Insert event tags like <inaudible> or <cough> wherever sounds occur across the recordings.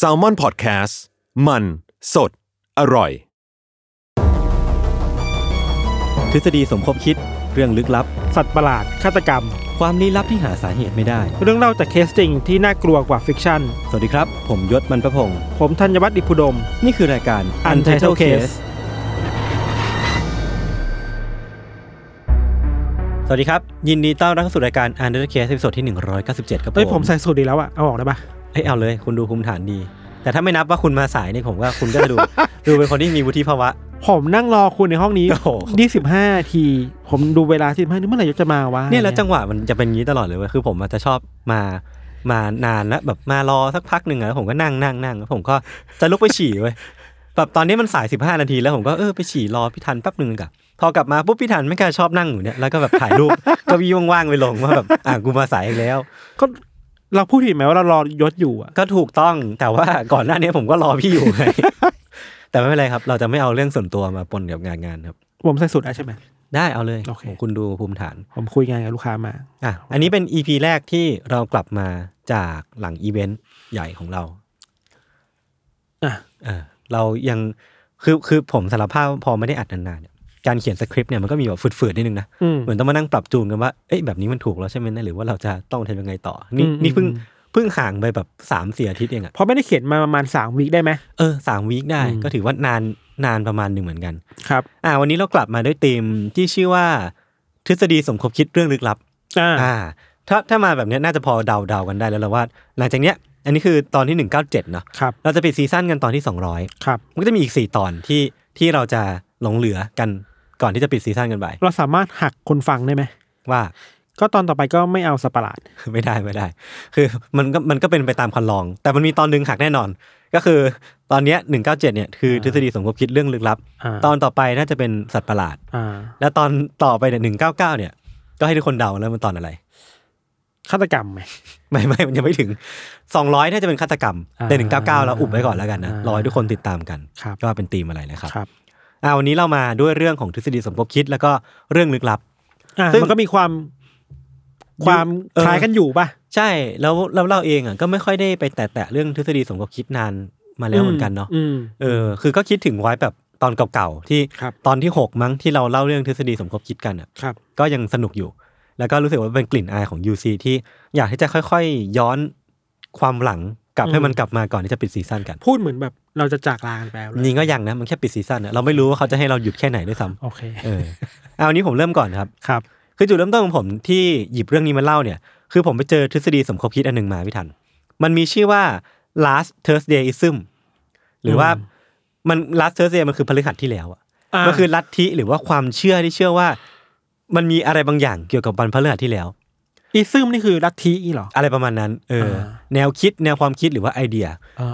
s a l m o n PODCAST มันสดอร่อย ทฤษฎีสมคบคิดเรื่องลึกลับ สัตว์ประหลาด ฆาตกรรม ความลี้ลับที่หาสาเหตุไม่ได้ เรื่องเล่าจากเคสจริงที่น่ากลัวกว่าฟิกชั่น สวัสดีครับ ผมยศมันประพงศ์ ผมธัญวัฒน์อิพุดม นี่คือรายการ Untitled Case สวัสดีครับ ยินดีต้อนรับเข้าสู่รายการ Untitled Case ตอนที่ 197 ครับผม เอ้ยผมใส่สูตรดีแล้วอะเอาออกได้ปะ เอ้ยเอาเลย คุณดูคุมฐานดี แต่ถ้าไม่นับว่าคุณมาสายเนี่ยผมว่าคุณก็จะดู <laughs> ดูเป็นคนที่มีวุฒิภาวะ ผมนั่งรอคุณในห้องนี้ โอ้โห 25 ที ผมดูเวลาสิบห้านี่เมื่อไหร่ยศจะมาวะ เนี่ยแล้วจังหวะมันจะเป็นอย่างนี้ตลอดเลยเว้ยคือผมอาจจะชอบมามานานแล้วแบบมารอสักพักหนึ่งอะแล้วผมก็นั่งนั่งนั่งแล้วผมก็จะลุกไปฉี่เว้ยแบบตอนนี้มันสายสิบห้านาทีแล้วผมก็เออไปฉี่รอพี่ทันแป๊บหนึ่งกับพอกลับมาปุ๊บพี่ทันไม่กล้าชอบนั่งอยู่เนี่ยแล้วก็แบบถ่ายรูป <laughs> เก็วิ่งว่างๆไปลงว่าแบบอ่ะกูมาสายอีกแล้ว ก็เราพูดผิดไหมว่าเรารอยศอยู่อะ ก็ถูกต้องแต่ว่าก่อนหน้านี้ผมก็รอพี่อยู่ไง <laughs> แต่ไม่เป็นไรครับ เราจะไม่เอาเรื่องส่วนตัวมาปนกับงานงานครับ ผมใส่สูตรได้ใช่ไหม ได้เอาเลย โอเค โอ้คุณดูภูมิฐาน ผมคุยงานกับลูกค้ามา อ่ะ อันนี้เป็น EP แรกที่เรากลับมาจากหลังอีเวนต์ใหญ่ของเรา อ่ะ เออเรายัง คือคือผมสารภาพว่าพอไม่ได้อัดนานๆเนี่ยการเขียนสคริปต์เนี่ยมันก็มีแบบฝืดๆนิดนึงนะ อืม เหมือนต้องมานั่งปรับจูนกันว่า เอ๊ะแบบนี้มันถูกแล้วใช่ไหมนะหรือว่าเราจะต้องทำยังไงต่อ นี่ อืม นี่เพิ่ง อืม เพิ่งห่างไปแบบสามสี่อาทิตย์เองอะ เพราะไม่ได้เขียนมาประมาณสามวีคได้ไหม เออสามวีคได้ อืม ก็ถือว่านานนานประมาณหนึ่งเหมือนกัน ครับ อ่ะวันนี้เรากลับมาด้วยธีมที่ชื่อว่าทฤษฎีสมคบคิดเรื่องลึกลับ อ่า อ่าถ้าถ้ามาแบบเนี้ยน่าจะพอเดาเดากันได้แล้วแหละว่า หลังจากเนี้ย อันนี้คือตอนที่ 197เนาะ ครับ เราจะปิดซีซั่นกันตอนที่ 200 ครับ มันก็จะมีอีก 4 ตอนที่ที่เราจะหลงเหลือกันก่อนที่จะปิดซีซั่นกันไป เราสามารถหักคนฟังได้ไหม ว่า <laughs> ก็ตอนต่อไปก็ไม่เอาสัตว์ประหลาด ไม่ได้ไม่ได้ คือมันก็มันก็เป็นไปตามคันลอง แต่มันมีตอนหนึ่งหักแน่นอน ก็คือตอนเนี้ย197เนี่ยคือทฤษฎีสมคบคิดเรื่องลึกลับ อ่า ตอนต่อไปน่าจะเป็นสัตว์ประหลาด อ่า แล้วตอนต่อไปเนี่ย199เนี่ย ก็ให้ทุกคนเดาแล้วมันตอนอะไร ฆาตกรรมไหม ไม่ไม่มันยังไม่ถึง 200น่าจะเป็นฆาตกรรม อ่า แต่หนึ่งเก้าเก้าเราอุบไว้ก่อนแล้วกันนะ อ่าร อให้ทุกคนติดตามกัน ครับ ก็เป็นธีมอะไรนะครับ ครับ อ่าวันนี้เรามาด้วยเรื่องของทฤษฎีสมคบคิดแล้วก็เรื่องลึกลับ อ่า ซึ่ง มันก็มีความความ เออ คล้ายกันอยู่ป่ะ ใช่แล้วแล้วเราเองอ่ะก็ไม่ค่อยได้ไปแตะแตะเรื่องทฤษฎีสมคบคิดนานมาแล้วเหมือนกันเนาะ ม เออคือก็คิดถึงไว้แบบตอนเก่าๆที่ ครับ ตอนที่หกมั้งที่เราเล่าเรื่องทฤษฎีสมคบคิดกันอ่ะ ครับ ก็ยังสนุกอยู่ แล้วก็รู้สึกว่าเป็นกลิ่นอายของ UC ที่อยากที่จะค่อยๆ ย้อนความหลังกลับให้ อืม มันกลับมาก่อนที่จะปิดซีซั่นกัน พูดเหมือนแบบเราจะจากลากันไปแล้วเลย จริงก็ยังนะมันแค่ปิดซีซั่นนะเราไม่รู้ว่าเขาจะให้เราหยุดแค่ไหนด้วยซ้ โอเค ำเออเอาวันนี้ผมเริ่มก่อนครับ ครับ คือจุดเริ่มต้นของผมที่หยิบเรื่องนี้มาเล่าเนี่ย คือผมไปเจอทฤษฎีสมคบคิดอันหนึ่งมาพี่ทัน มันมีชื่อว่า last Thursdayism หรือว่า อืม มัน last Thursday มันคือพฤหัสที่แล้วอะ า ก็คือลัทธิหรือว่าความเชื่อที่เชื่อว่า มันมีอะไรบางอย่างเกี่ยวกับวันพฤหัสที่แล้ว อีซึมนี่คือลัทธิอีเหรอ อะไรประมาณนั้นเอออา แนวคิดแนวความคิดหรือว่าไอเดีย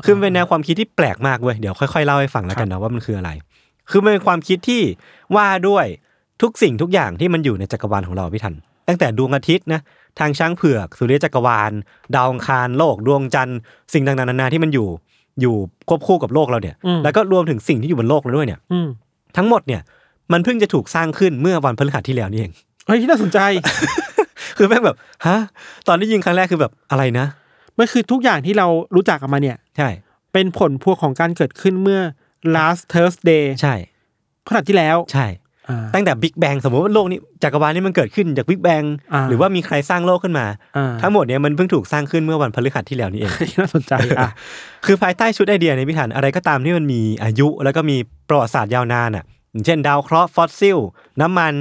คือมันเป็นแนวความคิดที่แปลกมากเว้ยเดี๋ยวค่อยๆเล่าให้ฟังแล้วกันนะว่ามันคืออะไร คือมันเป็นความคิดที่ว่าด้วยทุกสิ่งทุกอย่างที่มันอยู่ในจักรวาลของเราพี่ทัน ตั้งแต่ดวงอาทิตย์นะทางช้างเผือก สุริยจักรวาล ดาวอังคารโลก ดวงจันทร์สิ่งต่างๆนานาที่มันอยู่อยู่ควบคู่กับโลกเราเนี่ย อืม แล้วก็รวมถึงสิ่งที่อยู่บนโลกเราด้วยเนี่ย อืม ทั้งหมดเนี่ยมันเพิ่งจะถูกสร้างขึ้นเมื่อวันพฤหัสที่แล้วนี่เอง <laughs> เฮ้ยน่าสนใจ <laughs> คือแม่งแบบฮะตอนได้ยินครั้งแรกคือแบบอะไรนะ มันคือทุกอย่างที่เรารู้จักกันมาเนี่ย ใช่ เป็นผลพวงของการเกิดขึ้นเมื่อ last Thursday ใช่ ขนาดที่แล้ว ใช่ อ่า ตั้งแต่บิ๊กแบงสมมติว่าโลกนี้จักรวาลนี้มันเกิดขึ้นจากบิ๊กแบง อ่า หรือว่ามีใครสร้างโลกขึ้นมา อ่า ทั้งหมดเนี่ยมันเพิ่งถูกสร้างขึ้นเมื่อวันพฤหัสที่แล้วนี่เอง น่าสนใจอ่ะ คือภายใต้ชุดไอเดียในยพิธันอะไรก็ตามที่มันมีอายุ แล้วก็มีประวัติศาสตร์ยาวนานอ่ะอย่างเช่นดาวเคราะห์ฟอสซิล น้ำมัน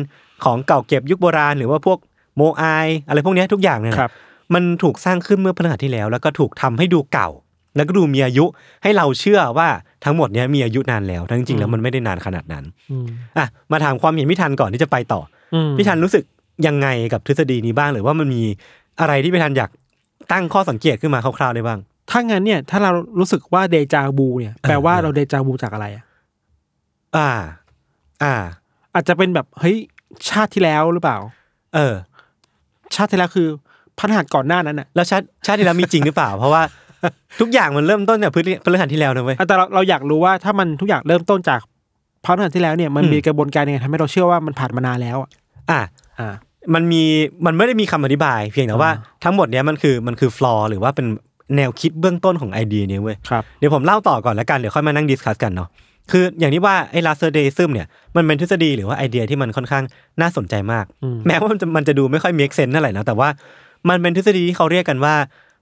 ของเก่าเก็บยุคโบราณ หรือว่าพวกโมไออะไรพวกเนี้ยทุกอย่างเนี่ยนะครับ มันถูกสร้างขึ้นเมื่อพฤหัสที่แล้ว แล้วก็ถูกทำให้ดูเก่า แล้วก็ดูมีอายุให้เราเชื่อว่าทั้งหมดเนี้ยมีอายุนานแล้วทั้งจริงๆแล้วมันไม่ได้นานขนาดนั้น อืม อ่ะมาถามความเห็นพี่ทันก่อนที่จะไปต่อ อืม พี่ทันรู้สึกยังไงกับทฤษฎีนี้บ้างหรือว่ามันมีอะไรที่พี่ทันอยาก ตั้งข้อสังเกตขึ้นมาคร่าวๆได้บ้าง ถ้างั้นเนี่ยถ้าเรารู้สึกว่าเดจาบูเนี่ยแปลว่าเราเดจาบูจากอะไรอะ อ่า อ่า อาจจะเป็นแบบเฮ้ยชาติที่แล้วหรือเปล่า เออ ชาติที่แล้วคือพันหัสก่อนหน้านั้นอ่ะ แล้วชาติชาติที่แล้วมีจริงหรือเปล่า เพราะว่าทุกอย่างมันเริ่มต้นจากพื้นพฤหัสที่แล้วนะเว้ย อ่ะแต่เราเราอยากรู้ว่าถ้ามันทุกอย่างเริ่มต้นจากพันหัสที่แล้วเนี่ยมัน อืม มีกระบวนการยังไงทำให้เราเชื่อว่ามันผ่านมานานแล้วอะ อ่า อ่า มันมีมันไม่ได้มีคำอธิบาย เพียงแต่ว่า อ่า ทั้งหมดเนี้ยมันคือมันคือฟลอหรือว่าเป็นแนวคิดเบื้องต้นของไอเดียเนี้ยเว้ย ครับ เดี๋ยวผมเล่าต่อก่อนแล้วกัน เดี๋ยวค่อยมานั่งดิสคัสกันเนาะคืออย่างที่ว่าไอ้ลาเซอร์เดซึมเนี่ยมันเป็นทฤษฎีหรือว่าไอเดียที่มันค่อนข้างน่าสนใจมาก อืม แม้ว่ามันจะมันจะดูไม่ค่อยมีเซนเท่าไหร่นะแต่ว่ามันเป็นทฤษฎีที่เขาเรียกกันว่า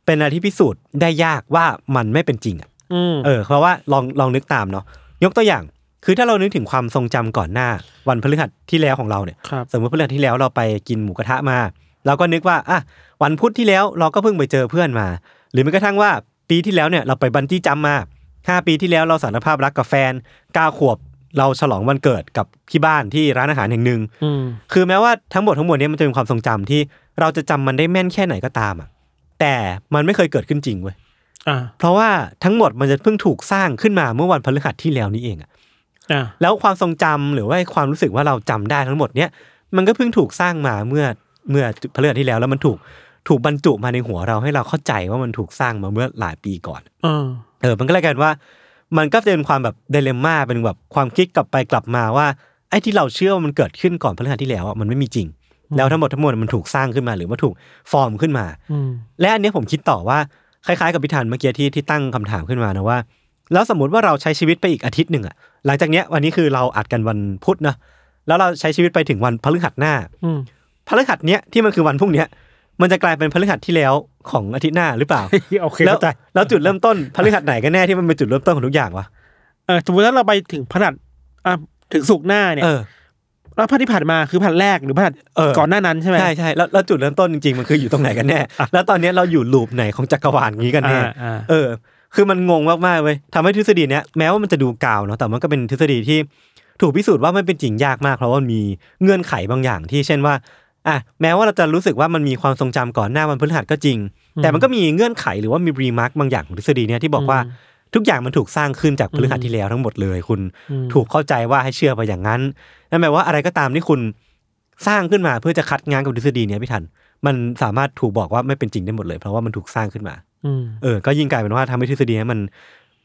เป็นอะไรที่พิสูจน์ได้ยากว่ามันไม่เป็นจริงอะ อืม เออเพราะว่าลองลองนึกตามเนาะยกตัวอย่าง คือถ้าเรานึกถึงความทรงจำก่อนหน้า วันพฤหัสที่แล้วของเราเนี่ย ครับ สมมติพฤหัสที่แล้วเราไปกินหมูกระทะมาเราก็นึกว่าอ่ะวันพุธที่แล้วเราก็เพิ่งไปเจอเพื่อนมา หรือแม้กระทั่งว่าปีที่แล้วเนี่ยเราไปบันจี้จัมมาห้าปีที่แล้วเราสารภาพรักกับแฟนเก้าขวบเราฉลองวันเกิดกับที่บ้านที่ร้านอาหารแห่งหนึ่ง อืม คือแม้ว่าทั้งหมดทั้งมวลเนี้มันจะเป็นความทรงจำที่เราจะจำมันได้แม่นแค่ไหนก็ตามอ่ะแต่มันไม่เคยเกิดขึ้นจริงเว้ย อ่า เพราะว่าทั้งหมดมันจะเพิ่งถูกสร้างขึ้นมาเมื่อวันพฤหัสที่แล้วนี้เองอะ อ่า แล้วความทรงจำหรือว่าความรู้สึกว่าเราจำได้ทั้งหมดเนี้ยมันก็เพิ่งถูกสร้างมาเมื่อเมื่อพฤหัสที่แล้วแล้วมันถูกถูกบรรจุมาในหัวเราให้เราเข้าใจว่ามันถูกสร้างมาเมื่อหลายปีก่อน อ่า เออมันก็เลยกลายเป็นว่า มันก็เป็นความแบบเดเลม่าเป็นแบบความคิดกลับไปกลับมาว่าไอ้ที่เราเชื่อว่ามันเกิดขึ้นก่อนพฤหัสที่แล้วอะมันไม่มีจริง แล้วทั้งหมดทั้งมวลมันถูกสร้างขึ้นมาหรือว่าถูกฟอร์มขึ้นมา อืม และอันเนี้ยผมคิดต่อว่าคล้ายๆกับพิธานเมื่อกี้ที่ที่ตั้งคำถามขึ้นมานะว่า แล้วสมมติว่าเราใช้ชีวิตไปอีกอาทิตย์หนึ่งอะหลังจากเนี้ยวันนี้คือเราอัดกันวันพุธนะแล้วเราใช้ชีวิตไปถึงวันพฤหัสหน้า อืม พฤหัสเนี้ยที่มันคือวันพรุ่งเนี้ยมันจะกลายเป็นพฤหัสที่แล้วของอาทิตย์หน้าหรือเปล่า <laughs> โอเค แล้ว เข้าใจ แล้วจุดเริ่มต้นพฤหัสไหนกันแน่ที่มันเป็นจุดเริ่มต้นของทุกอย่างวะ เออสมมติถ้าเราไปถึงพันหัสอ่ะถึงสุกร์หน้าเนี่ย เออ แล้วพันที่ผ่านมาคือพันแรกหรือพันหัส เออ ก่อนหน้านั้นใช่ไหม ใช่ใช่แล้วแล้วจุดเริ่มต้นจริงๆมันคืออยู่ตรงไหนกันแน่ แล้วตอนเนี้ยเราอยู่ลูปไหนของจักรวาลนี้กันแน่ อ่าอ่า เออ คือมันงงมากๆเว้ยทำให้ทฤษฎีเนี้ยแม้ว่ามันจะดูกาวเนาะแต่มันก็เป็นทฤษฎีที่ถูกพิสูจน์ว่ามันเป็นจริงยากมากเพราะว่ามันมีเงื่อนไขบางอย่างที่เช่นว่าอ่ะแม้ว่าเราจะรู้สึกว่ามันมีความทรงจำก่อนหน้าวันพฤหัสก็จริง แต่มันก็มีเงื่อนไขหรือว่ามีรีมาร์กบางอย่างของทฤษฎีเนี้ยที่บอกว่าทุกอย่างมันถูกสร้างขึ้นจากพฤหัสที่แล้วทั้งหมดเลยคุณ อืม ถูกเข้าใจว่าให้เชื่อไปอย่างนั้น นั่นหมายว่าอะไรก็ตามที่คุณสร้างขึ้นมาเพื่อจะคัดง้างกับทฤษฎีเนี้ยพี่ทัน มันสามารถถูกบอกว่าไม่เป็นจริงได้หมดเลย เพราะว่ามันถูกสร้างขึ้นมา อืม เออ ก็ยิ่งกลายเป็นว่าทำให้ทฤษฎีเนี้ยมัน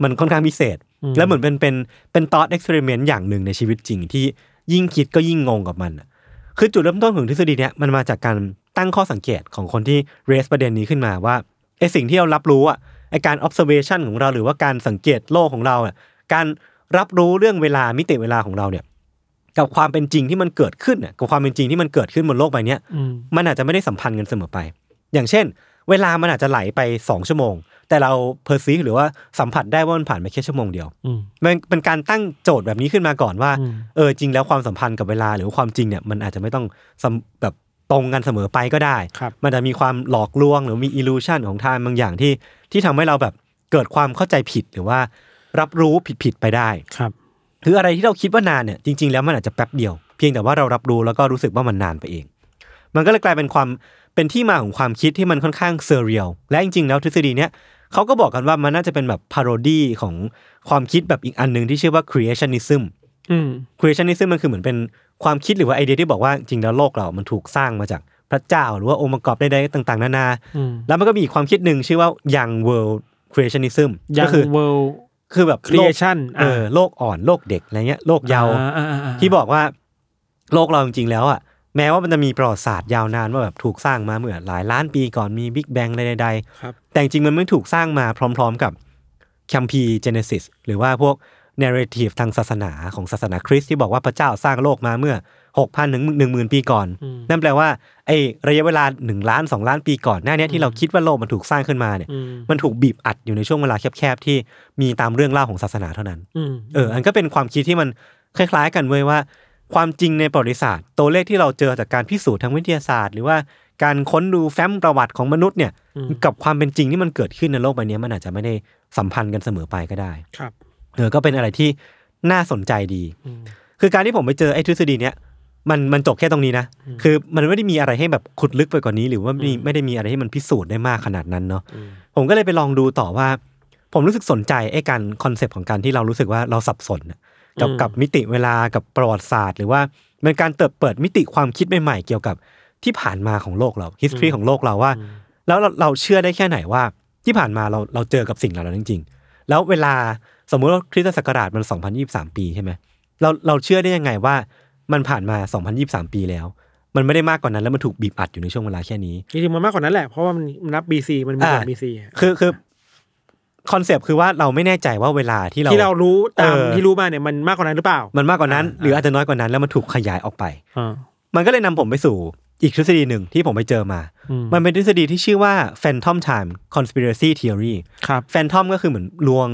มันค่อนข้างพิเศษ อืม แล้วเหมือนเป็นเป็นเป็นตอดเอ็กซ์เพร์เมนต์อย่างหนึ่งในชีวิตจริง ที่ยิ่งคิดก็ยิ่งงงกับมันอะคือจุดเริ่มต้นของทฤษฎีเนี้ยมันมาจากการตั้งข้อสังเกตของคนที่เรสประเด็นนี้ขึ้นมาว่าไอสิ่งที่เรารับรู้อะไอการ observation ของเราหรือว่าการสังเกตโลกของเราอะการรับรู้เรื่องเวลามิติเวลาของเราเนี่ย กับความเป็นจริงที่มันเกิดขึ้นอะกับความเป็นจริงที่มันเกิดขึ้นบนโลกใบเนี้ย อืม มันอาจจะไม่ได้สัมพันธ์กันเสมอไป อย่างเช่น เวลามันอาจจะไหลไป 2 ชั่วโมง แต่เราเพอร์ซีหรือว่าสัมผัสได้ว่ามันผ่านไปแค่ชั่วโมงเดียว อืม มันเป็นการตั้งโจทย์แบบนี้ขึ้นมาก่อนว่า อืม เออจริงแล้วความสัมพันธ์กับเวลาหรือว่าความจริงเนี่ยมันอาจจะไม่ต้องสัมแบบตรงกันเสมอไปก็ได้ ครับ มันจะมีความหลอกลวงหรือมีอิลูชันของทางบางอย่างที่ที่ทำให้เราแบบเกิดความเข้าใจผิดหรือว่า รับรู้ผิดๆไปได้ ครับ คืออะไรที่เราคิดว่านานเนี่ยจริงๆแล้วมันอาจจะแป๊บเดียว เพียงแต่ว่าเรารับรู้แล้วก็รู้สึกว่ามันนานไปเอง มันก็เลยกลายเป็นความเป็นที่มาของความคิดที่มันค่อนข้างเซเรียลและจริงๆแล้วทฤษฎีเนี้ยเขาก็บอกกันว่ามันน่าจะเป็นแบบพาโรดีของความคิดแบบอีกอันหนึ่งที่ชื่อว่า creationism อืม creationism มันคือเหมือนเป็นความคิดหรือว่าไอเดียที่บอกว่าจริงๆแล้วโลกเรา มันถูกสร้างมาจากพระเจ้า หรือว่าองค์ประกอบใดๆต่างๆนานา อืม แล้วมันก็มีอีกความคิดหนึ่งชื่อว่า young world creationism ยั ก็ ง คือ เวิลด์ คือแบบ ครี โล เอก ชั่น เออโลกอ่อนโลกเด็กอะไรเงี้ยโลกเยาว์ ที่บอกว่าโลกเราจริงๆแล้วอ่ะแม้ว่ามันจะมีประวัติศาสตร์ยาวนานว่าแบบถูกสร้างมาเมื่อหลายล้านปีก่อนมีบิ๊กแบงอะไรใด ครับ ๆแต่จริงๆมันไม่ถูกสร้างมาพร้อมๆกับคัมภีร์เจเนซิสหรือว่าพวกเนเรทีฟทางศาสนาของศาสนาคริสต์ที่บอกว่าพระเจ้าสร้างโลกมาเมื่อ 6 0 0 0 ถึง1 0,000 ปีก่อน อืม นั่นแปลว่าไอ้ระยะเวลา 1 ล้าน 2 ล้านปีก่อนหน้าเนี้ยที่เราคิดว่าโลกมันถูกสร้างขึ้นมาเนี่ย อืม มันถูกบีบอัดอยู่ในช่วงเวลาแคบๆที่มีตามเรื่องเล่าของศาสนาเท่านั้น อืม เออ อันก็เป็นความคิดที่มันคล้ายๆกันเว้ยว่า ความจริงในประวัติศาสตร์ ตัวเลขที่เราเจอจากการพิสูจน์ทางวิทยาศาสตร์ หรือว่าการค้นดูแฟ้มประวัติของมนุษย์เนี่ย กับความเป็นจริงที่มันเกิดขึ้นในโลกใบเนี้ยมันอาจจะไม่ได้สัมพันธ์กันเสมอไปก็ได้ ครับ เออ ก็เป็นอะไรที่น่าสนใจดี อืม คือการที่ผมไปเจอไอ้ทฤษฎีเนี้ย มันมันจบแค่ตรงนี้นะ คือมันไม่ได้มีอะไรให้แบบขุดลึกไปกว่านี้ หรือว่ามี อืม ไม่ได้มีอะไรให้มันพิสูจน์ได้มากขนาดนั้นเนาะ ผมก็เลยไปลองดูต่อว่า ผมรู้สึกสนใจไอ้การคอนเซปต์ของการที่เรารู้สึกว่าเราสับสนน่ะกับ อืม กับมิติเวลากับประวัติศาสตร์ หรือว่าเป็นการเติบเปิดมิติความคิดใหม่ๆ เกี่ยวกับที่ผ่านมาของโลกเรา history ของโลกเราว่า แล้วเราเราเชื่อได้แค่ไหนว่าที่ผ่านมาเราเราเจอกับสิ่งเหล่านั้นจริง ๆ แล้วเวลาสมมุติว่าคริสตศักราชมัน 2023 ปีใช่ไหมเราเราเชื่อได้ยังไงว่ามันผ่านมา 2023 ปีแล้ว มันไม่ได้มากกว่านั้นแล้วมันถูกบีบอัดอยู่ในช่วงเวลาแค่นี้ จริงๆมันมากกว่านั้นแหละ เพราะว่ามันมันนับ BC มันมี อ่า หลัง BC คือคือคอนเซปต์คือว่าเราไม่แน่ใจว่าเวลาที่เรา ที่เรารู้ตาม เออ ที่รู้มาเนี่ยมันมากกว่านั้นหรือเปล่า มันมากกว่านั้น อ่า หรืออาจจะน้อยกว่านั้นแล้วมันถูกขยายออกไป อ่า มันก็เลยนำผมไปสู่อีกทฤษฎีหนึ่งที่ผมไปเจอมา มั มันเป็นทฤษฎีที่ชื่อว่า phantom time conspiracy theory ครับ แฟนทอมก็คือเหมือนลวง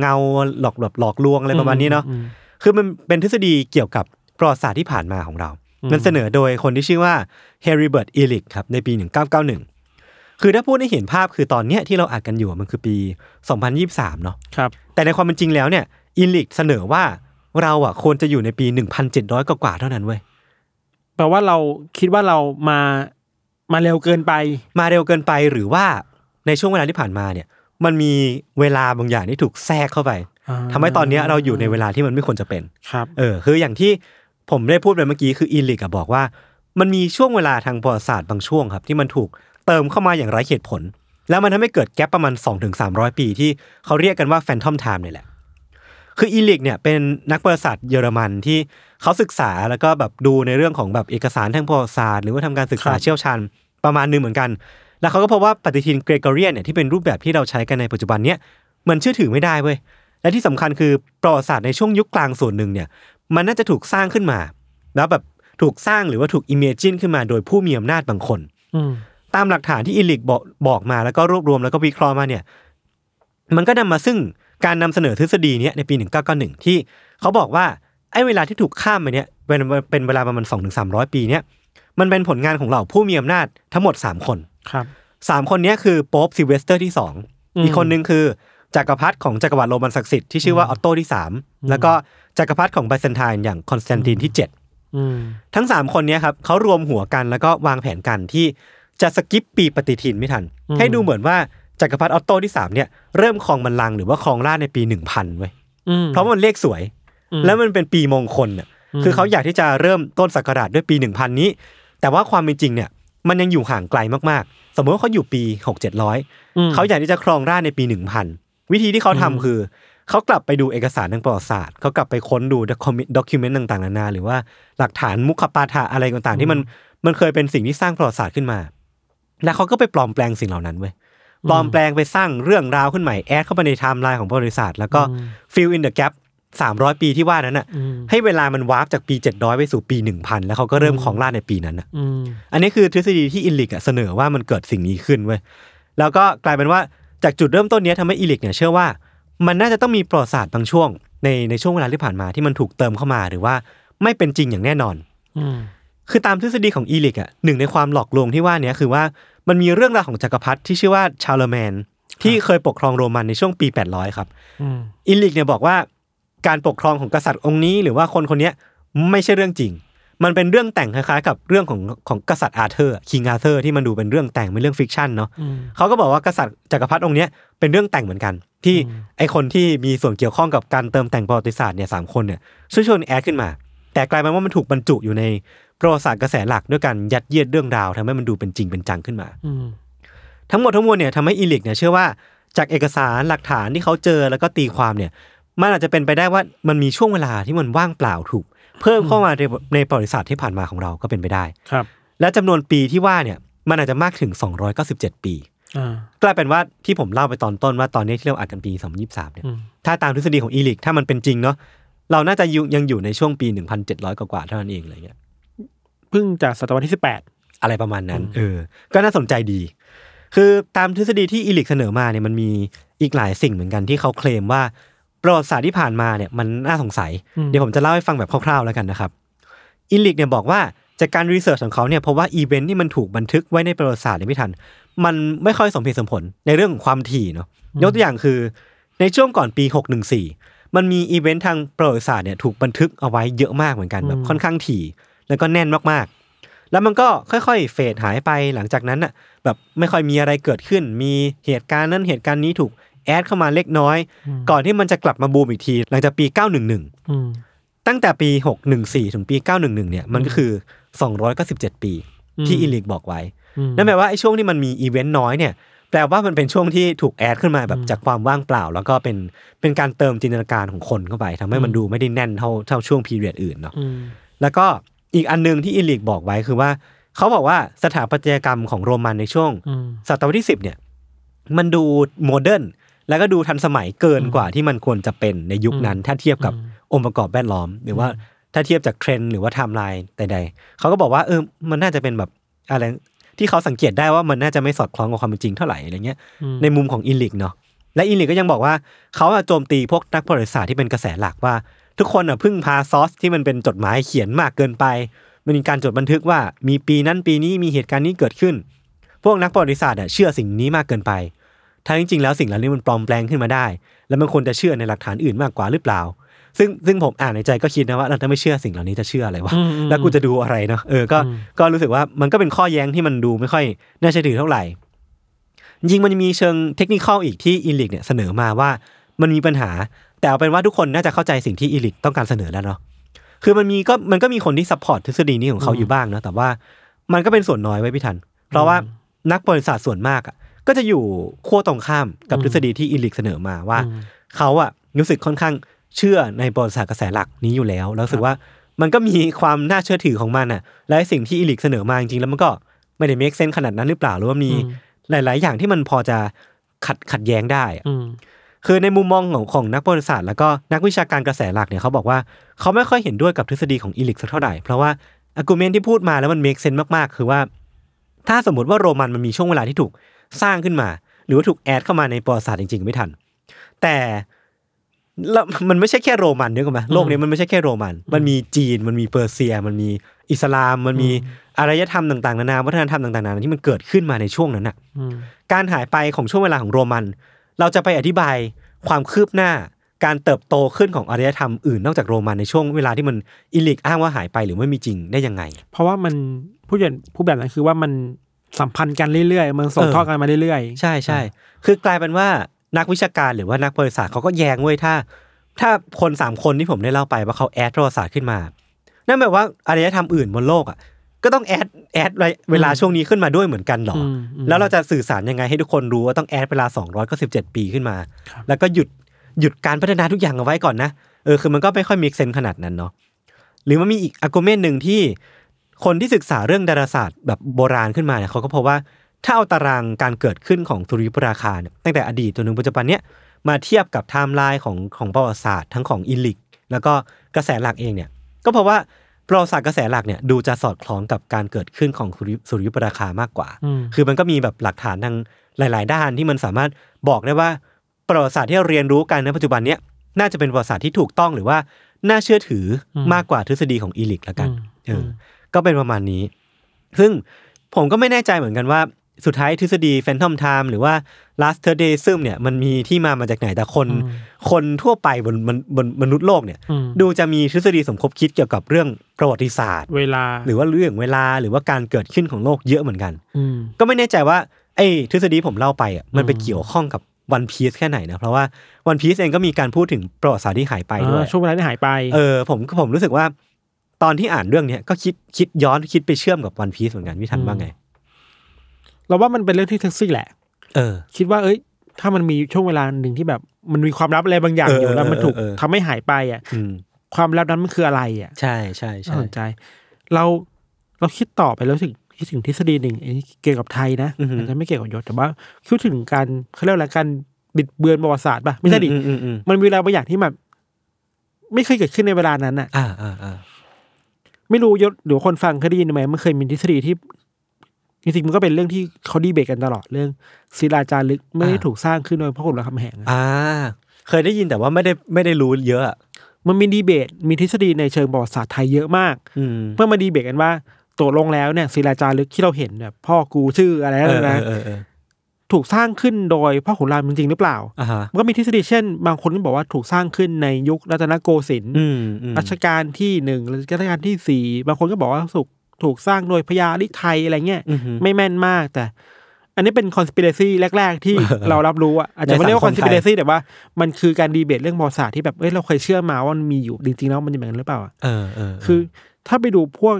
เงาหลอกแบบหลอกลวงอะไรประมาณนี้เนาะ อืม คือมันเป็นทฤษฎีเกี่ยวกับประวัติศาสตร์ที่ผ่านมาของเรา อืม มันเสนอโดยคนที่ชื่อว่าเฮริเบิร์ตอีลิกครับในปี 1991 คือถ้าพูดให้เห็นภาพคือตอนเนี้ยที่เราอ่านกันอยู่มันคือปี 2023 เนาะ ครับ แต่ในความเป็นจริงแล้วเนี่ยอีลิกเสนอว่าเราอ่ะควรจะอยู่ในปี 1,700 กว่าๆเท่านั้นเว้ย แปลว่าเราคิดว่าเรามามาเร็วเกินไป มาเร็วเกินไปหรือว่าในช่วงเวลาที่ผ่านมาเนี่ยมันมีเวลาบางอย่างที่ถูกแทรกเข้าไป อ่า ทำให้ตอนเนี้ยเราอยู่ในเวลาที่มันไม่ควรจะเป็น ครับ เออคืออย่างที่ผมได้พูดไปเมื่อกี้คืออีลิกอะบอกว่า มันมีช่วงเวลาทางประวัติศาสตร์บางช่วงครับ ที่มันถูกเติมเข้ามาอย่างไร้เหตุผล แล้วมันทำให้เกิดแกลบประมาณ 2-300 ปีที่เขาเรียกกันว่าแฟนทอมไทม์เนี่ยแหละ คืออีลิกเนี่ยเป็นนักประวัติศาสตร์เยอรมันที่เขาศึกษาแล้วก็แบบดูในเรื่องของแบบเอกสารทางประวัติศาสตร์หรือว่าทำการศึกษา ครับ เชี่ยวชาญประมาณหนึงเหมือนกัน แล้วเขาก็พบว่าปฏิทินเกรกอเรียนเนี่ยที่เป็นรูปแบบที่เราใช้กันในปัจจุบันเนี่ยมันเชื่อถือไม่ได้เว้ยและที่สำคัญคือประวัติศาสตร์ในช่วงยุคกลางส่วนหนึ่งเนี่ย มันน่าจะถูกสร้างขึ้นมา แล้วแบบถูกสร้างหรือว่าถูกอิมเมจินขึ้นมาโดยผู้มีอำนาจบางคน อืม ตามหลักฐานที่อิลิกบอกบอกมาแล้วก็รวบรวมแล้วก็วิเคราะห์มาเนี่ย มันก็นำมาซึ่งการนำเสนอทฤษฎีเนี้ยในปี 1991 ที่เขาบอกว่าไอ้เวลาที่ถูกข้ามมาเนี่ยเป็นเป็นเวลาประมาณ 2-300 ปีเนี่ยมันเป็นผลงานของเหล่าผู้มีอำนาจทั้งหมด 3 คน ครับ สามคนเนี้ยคือโป๊ปซิลเวสเตอร์ที่สอง อืม อีกคนนึงคือจักรพรรดิของจักรวรรดิโรมันศักดิ์สิทธิ์ที่ชื่อว่าออตโตที่สามแล้วก็จักรพรรดิของไบเซนไทน์อย่างคอนสแตนตินที่เจ็ด อืม ทั้งสามคนเนี้ยครับเขารวมหัวกันแล้วก็วางแผนกันที่จะสกิปปีปฏิทินไม่ทัน อืม ให้ดูเหมือนว่าจักรพรรดิออตโตที่สามเนี่ยเริ่มครองบัลลังก์หรือว่าครองราชย์ในปีหนึ่งพันเว้ย อืม เพราะมันเลขสวย อืม แล้วมันเป็นปีมงคลน่ะ อืม คือเขาอยากที่จะเริ่มต้นศักราชด้วยปี 1000 นี้ แต่ว่าความเป็นจริงเนี่ย มันยังอยู่ห่างไกลมากๆ สมมติว่าเขาอยู่ปี 6700 ม เขาอยากที่จะครองราชย์ในปี 1000 วิธีที่เขาทำ อืม คือ เขากลับไปดูเอกสารทางประวัติศาสตร์ เขากลับไปค้นดูด็อกิเมนต์ต่างๆ นานา หรือว่าหลักฐานมุขปาฐะอะไรต่างๆ ที่มันมันเคยเป็นสิ่งที่สร้างประวัติศาสตร์ขึ้นมา แล้วเขาก็ไปปลอมแปลงสิ่งเหล่านั้นเว้ยปลอมแปลงไปสร้างเรื่องราวขึ้นใหม่แอดเข้าไปในไทม์ไลน์ของประวัติศาสตร์แล้วก็ฟิลอินเดอะแกปสามร้อยปีที่ว่านั้นน่ะ อืม ให้เวลามันวาร์ปจากปี 700 ไปสู่ปี 1000 แล้วเขาก็เริ่มของราชย์ในปีนั้นน่ะ อืม อันนี้คือทฤษฎีที่อิลิกอะเสนอว่ามันเกิดสิ่งนี้ขึ้นเว้ย แล้วก็กลายเป็นว่าจากจุดเริ่มต้นเนี้ยทำให้อิลิกเนี่ยเชื่อว่า มันน่าจะต้องมีประวัติศาสตร์บางช่วง ในในช่วงเวลาที่ผ่านมาที่มันถูกเติมเข้ามาหรือว่าไม่เป็นจริงอย่างแน่นอน อืม คือตามทฤษฎีของอีลิกอ่ะหนึ่งในความหลอกลวงที่ว่าเนี้ยคือว่ามันมีเรื่องราวของจักรพรรดิที่ชื่อว่าชาร์ลแมนที่เคยปกครองโรมันในช่วงปี 800 ครับ อืม อิลิกเนี่ยบอกว่าการปกครองของกษัตริย์องค์นี้ หรือว่าคนคนเนี้ยไม่ใช่เรื่องจริง มันเป็นเรื่องแต่งคล้ายๆกับเรื่องของของกษัตริย์อาเธอร์คิงอาเธอร์ที่มันดูเป็นเรื่องแต่งเป็นเรื่องฟิกชันเนาะ อืม เขาก็บอกว่ากษัตริย์จักรพรรดิองค์เนี้ยเป็นเรื่องแต่งเหมือนกัน ที่ไอคนที่มีส่วนเกี่ยวข้องกับการเติมแต่งประวัติศาสตร์เนี่ยสามคนเนี่ยช่วยชวนแอดขึ้นมา แต่กลายเป็นว่ามันถูกบรรจุอยู่ในประวัติศาสตร์กระแสหลักด้วยการยัดเยียดเรื่องราวทำให้มันดูเป็นจริงเป็นจังขึ้นมา อืม ทั้งหมดทั้งมวลเนี่ยทำให้อีลิกเนี่ยเชื่อว่าจากเอกสารหลักฐานที่เขาเจอแล้วก็ตีความเนี่ย มันอาจจะเป็นไปได้ว่ามันมีช่วงเวลาที่มันว่างเปล่าถูก เพิ่มเข้ามาในในประวัติศาสตร์ที่ผ่านมาของเราก็เป็นไปได้ ครับ และจำนวนปีที่ว่าเนี่ยมันอาจจะมากถึง 297 ปี อ่า กลายเป็นว่าที่ผมเล่าไปตอนต้นว่าตอนนี้ที่เราอ่านกันปี 2023เนี่ย อืม ถ้าตามทฤษฎีของอีลิกถ้ามันเป็นจริงเนาะเราน่าจะอยู่ยังอยู่ในช่วงปี 1,700 กว่าๆเท่านั้นเองอะไรเงี้ย เพิ่งจากศตวรรษที่สิบแปด อะไรประมาณนั้น อืม เออ ก็น่าสนใจดี คือตามทฤษฎีที่อีลิกเสนอมาเนี่ยมันมีอีกหลายสิ่งเหมือนกันที่เขาเคลมว่าประวัติศาสตร์ที่ผ่านมาเนี่ยมันน่าสงสัย เดี๋ยวผมจะเล่าให้ฟังแบบคร่าวๆแล้วกันนะครับอีลิกเนี่ยบอกว่าจากการรีเสิร์ชของเขาเนี่ยเพราะว่าอีเวนท์ที่มันถูกบันทึกไว้ในประวัติศาสตร์เนี่ยพี่ทัน มันไม่ค่อยสมเหตุสมผลในเรื่องของความถี่เนาะยกตัวอย่างคือในช่วงก่อนปี 614 มันมีอีเวนท์ทางประวัติศาสตร์เนี่ยถูกบันทึกเอาไว้เยอะมากเหมือนกันแบบ อืม ค่อนข้างถี่ แล้วก็แน่นมากๆ แล้วมันก็ค่อยๆ เฟดหายไปหลังจากนั้นน่ะแบบไม่ค่อยมีอะไรเกิดขึ้น มีเหตุการณ์นั้นเหตุการณ์นี้ถูกแอดเข้ามาเล็กน้อย ก่อนที่มันจะกลับมาบูมอีกที หลังจากปี 911 อืม ตั้งแต่ปี 614 ถึงปี 911 เนี่ยมันก็คือ 297 ปีที่อีลิกบอกไว้ อืม นั่นแปลว่าไอ้ช่วงที่มันมีอีเวนต์น้อยเนี่ยแปลว่ามันเป็นช่วงที่ถูกแอดขึ้นมาแบบจากความว่างเปล่า แล้วก็เป็นเป็นการเติมจินตนาการของคนเข้าไปทำให้มัน อืม ดูไม่ได้แน่นเท่าเท่าช่วงพีเรียดอื่นเนาะ อืม แล้วก็อีกอันหนึงที่อิลิกบอกไว้คือว่าเขาบอกว่าสถาปัตยกรรมของโรมันในช่วง อืม ศตวรรษที่ 10 เนี่ยมันดูโมเดิร์นแล้วก็ดูทันสมัยเกินกว่าที่มันควรจะเป็นในยุคนั้น ถ้าเทียบกับ อืม องค์ประกอบแวดล้อม หรือว่าถ้าเทียบจากเทรนด์หรือว่าไทม์ไลน์ใดๆเขาก็บอกว่าเออมันน่าจะเป็นแบบอะไรที่เขาสังเกตได้ว่ามันน่าจะไม่สอดคล้องกับความเป็นจริงเท่าไหร่อะไรเงี้ย อืม ในมุมของอิลิกเนาะและอิลิกก็ยังบอกว่าเขาอะโจมตีพวกนักประวัติศาสตร์ที่เป็นกระแสหลักว่า ทุกคนอะพึ่งพาซอสที่มันเป็นจดหมายเขียนมากเกินไป มันมีการจดบันทึกว่ามีปีนั้นปีนี้มีเหตุการณ์นี้เกิดขึ้น พวกนักประวัติศาสตร์อะเชื่อสิ่งนี้มากเกินไปทั้งจริงๆแล้วสิ่งเหล่านี้มันปลอมแปลงขึ้นมาได้ แล้วมันควรจะเชื่อในหลักฐานอื่นมากกว่าหรือเปล่า ซึ่งซึ่งผมอ่านในใจก็คิดนะว่าเราถ้าไม่เชื่อสิ่งเหล่านี้จะเชื่ออะไรวะ อืมอืม แล้วกูจะดูอะไรเนาะเออก็ก็รู้สึกว่ามันก็เป็นข้อแย้งที่มันดูไม่ค่อยน่าเชื่อถือเท่าไหร่ จริงๆมันจะมีเชิงเทคนิคอลอีกที่อิลิกเนี่ยเสนอมาว่ามันมีปัญหา แต่เอาเป็นว่าทุกคนน่าจะเข้าใจสิ่งที่อิลิกต้องการเสนอแล้วเนาะคือมันมีก็มันก็มีคนที่ซัพพอร์ตทฤษฎีนี้ของเขาอยู่บ้างเนาะแต่ว่ามันก็เป็นส่วนน้อยไว้ยพี่ทัน เพราะว่านักประวัติศาสตร์ส่วนมากอ่ะก็จะอยู่ขั้วตรงข้ามกับ อืม ทฤษฎีที่อิลิกเสนอมาว่า อืม เขาอะรู้สึกค่อนข้างเชื่อในประวัติศาสตร์กระแสหลักนี้อยู่แล้วแล้วรู้สึกว่ามันก็มีความน่าเชื่อถือของมันอะและสิ่งที่อิลิกเสนอมาจริงๆแล้วมันก็ไม่ได้เมคเซนขนาดนั้นหรือเปล่าหรือว่ามี อืม หลาย ๆ อย่างที่มันพอจะขัดขัดแย้งได้อะ อืม คือในมุมมองของของนักประวัติศาสตร์แล้วก็นักวิชาการกระแสหลักเนี่ยเขาบอกว่าเขาไม่ค่อยเห็นด้วยกับทฤษฎีของอิลิกสักเท่าไหร่เพราะว่าอากูเมนที่พูดมาแล้วมันเมคเซนมากๆ คือว่า ถ้าสมมติว่าโรมันมันมีช่วงเวลาที่ถูกสร้างขึ้นมา หรือว่าถูกแอดเข้ามาในประวัติศาสตร์จริงๆไม่ทัน แต่แล้วมันไม่ใช่แค่โรมันด้วยกันไหมโลกนี้มันไม่ใช่แค่โรมัน มันมีจีน มันมีเปอร์เซีย มันมีอิสลาม มันมีอารยธรรมต่างๆนานาวัฒนธรรมต่างๆนานาที่มันเกิดขึ้นมาในช่วงนั้นน่ะ อืม การหายไปของช่วงเวลาของโรมัน เราจะไปอธิบายความคืบหน้า การเติบโตขึ้นของอารยธรรมอื่นนอกจากโรมันในช่วงเวลาที่มันอิลิกอ้างว่าหายไปหรือไม่มีจริงได้ยังไง เพราะว่ามันผู้เรียนผู้แบบนั้นคือว่ามันสัมพันธ์กันเรื่อยๆ มันส่ง เออ ทอดกันมาเรื่อยๆ ใช่ใช่ คือกลายเป็นว่านักวิชาการหรือว่านักประวัติศาสตร์เขาก็แย้งเว้ยถ้า ถ้าคนสามคนที่ผมได้เล่าไปว่าเขาแอดประวัติศาสตร์ขึ้นมา นั่นแปลว่าอารยธรรมอื่นบนโลกอ่ะก็ต้องแอดแอดเวลาช่วงนี้ขึ้นมาด้วยเหมือนกันเหรออ มอืม แล้วเราจะสื่อสารยังไงให้ทุกคนรู้ว่าต้องแอดเวลา 297 ปีขึ้นมา ครับ แล้วก็หยุดหยุดการพัฒนาทุกอย่างเอาไว้ก่อนนะเออคือมันก็ไม่ค่อยมีเซนขนาดนั้นเนาะหรือมันมีอีกอากูเมนหนึ่งที่คนที่ศึกษาเรื่องดาราศาสตร์แบบโบราณขึ้นมาเนี่ยเขาก็พบว่า ถ้าเอาตารางการเกิดขึ้นของสุริยุปราคาเนี่ยตั้งแต่อดีตจนถึงปัจจุบันเนี่ยมาเทียบกับไทม์ไลน์ของของประวัติศาสตร์ทั้งของอิลิก แล้วก็กระแสหลักเองเนี่ยก็เพราะว่าประวัติศาสตร์กระแสหลักเนี่ยดูจะสอดคล้องกับการเกิดขึ้นของสุริยุสุริยุปราคามากกว่า อืม คือมันก็มีแบบหลักฐานทางหลาย ๆ ด้านที่มันสามารถบอกได้ว่าประวัติศาสตร์ที่เราเรียนรู้กันในปัจจุบันเนี้ยน่าจะเป็นประวัติศาสตร์ที่ถูกต้องหรือว่าน่าเชื่อถืออ ม มากกว่าทฤษฎีของอีลิกละกัน อืม เอออก็เป็นประมาณนี้ ซึ่งผมก็ไม่แน่ใจเหมือนกันว่าสุดท้ายทฤษฎี Phantom Time หรือว่า Last t e r d a y ซึมเนี่ยมันมีที่มามาจากไหนแต่คน คนทั่วไปบนบนบนมนุษย์โลกเนี่ย อืม ดูจะมีทฤษฎีสมคบคิดเกี่ยวกับเรื่องประวัติศาสตร์ เวลา หรือว่าเรื่องเวลาหรือว่าการเกิดขึ้นของโลกเยอะเหมือนกัน อืม ก็ไม่แน่ใจว่าไอ้ทฤษฎีผมเล่าไปอ่ะมันไป อืม เกี่ยวข้องกับวันพีซแค่ไหนนะ เพราะว่าวันพีซเองก็มีการพูดถึงประวัติศาสตร์ที่หายไปด้วย อ่าช่วงเวลาที่หายไป เออผมผมรู้สึกว่า ตอนที่อ่านเรื่องเนี้ยก็คิดคิดย้อนคิดไปเชื่อมกับวันพีซเหมือนกันพี่ทัน อืม ว่าไง เราว่ามันเป็นเรื่องที่เท็กซี่แหละ เออ คิดว่าเอ้ย ถ้ามันมีช่วงเวลาหนึ่งที่แบบ มันมีความลับอะไรบางอย่าง เออ อ อยู่ แล้วมันถูก เออเออ ทำให้หายไปอ่ะ อืม ความลับนั้นมันคืออะไรอ่ะ ใช่ใช่ น่า ใช่ สนใจ เราเราคิดต่อไปแล้วถึงคิดถึงทฤษฎีหนึ่งไอ้เกี่ยวกับไทยนะอาจจะไม่เกี่ยวกับยศแต่ว่าคิดถึงการเขาเรียกอะไรการบิดเบือนประวัติศาสตร์ป่ะไม่ใช่ดิ อือืมอืม มันมีเวลาบางอย่างที่แบบไม่เคยเกิดขึ้นในเวลานั้นอ่ะ อ่าอ่าอ่า ไม่รู้ยศหรือว่าคนฟังเคยได้ยินไหมมันเคยมีทฤษฎีที่จริงๆมันก็เป็นเรื่องที่เขาดีเบตกันตลอดเรื่องศิลาจารึกไม่ได้ถูกสร้างขึ้นโดยพระขุนรามคำแหงอะ อ่า เคยได้ยินแต่ว่าไม่ได้ไม่ได้รู้เยอะอะ มันมีดีเบตมีทฤษฎีในเชิงประวัติศาสตร์ไทยเยอะมาก อืม เมื่อมาดีเบตกันว่าตกลงแล้วเนี่ยศิลาจารึกที่เราเห็นเนี่ยพ่อกูชื่ออะไรนะ เออ นะ เออเออเออ ถูกสร้างขึ้นโดยพ่อขุนรามจริงๆหรือเปล่า อ่าฮะ มันก็มีทฤษฎีเช่น บางคนก็บอกว่าถูกสร้างขึ้นในยุครัตนโกสินทร์ อืมอืม รัชกาลที่หนึ่งรัชกาลที่สี่บางคนก็บอกว่าถูกถูกสร้างโดยพญาลิไทยอะไรเงี้ย อือฮึ ไม่แม่นมากแต่ อันนี้เป็นคอน spiracy แรก ๆ ที่ เรารับรู้อะอาจจะไม่เรียกว่า ใน ค สั อน งคมไทย spiracy แต่ว่า มันคือการดีเบตเรื่องประวัติศาสตร์ที่แบบเอ้ยเราเคยเชื่อมาว่ามันมีอยู่จริงๆแล้วมันเป็นแบบนั้นหรือเปล่าอะ เออเออเ คือถ้าไปดูพวก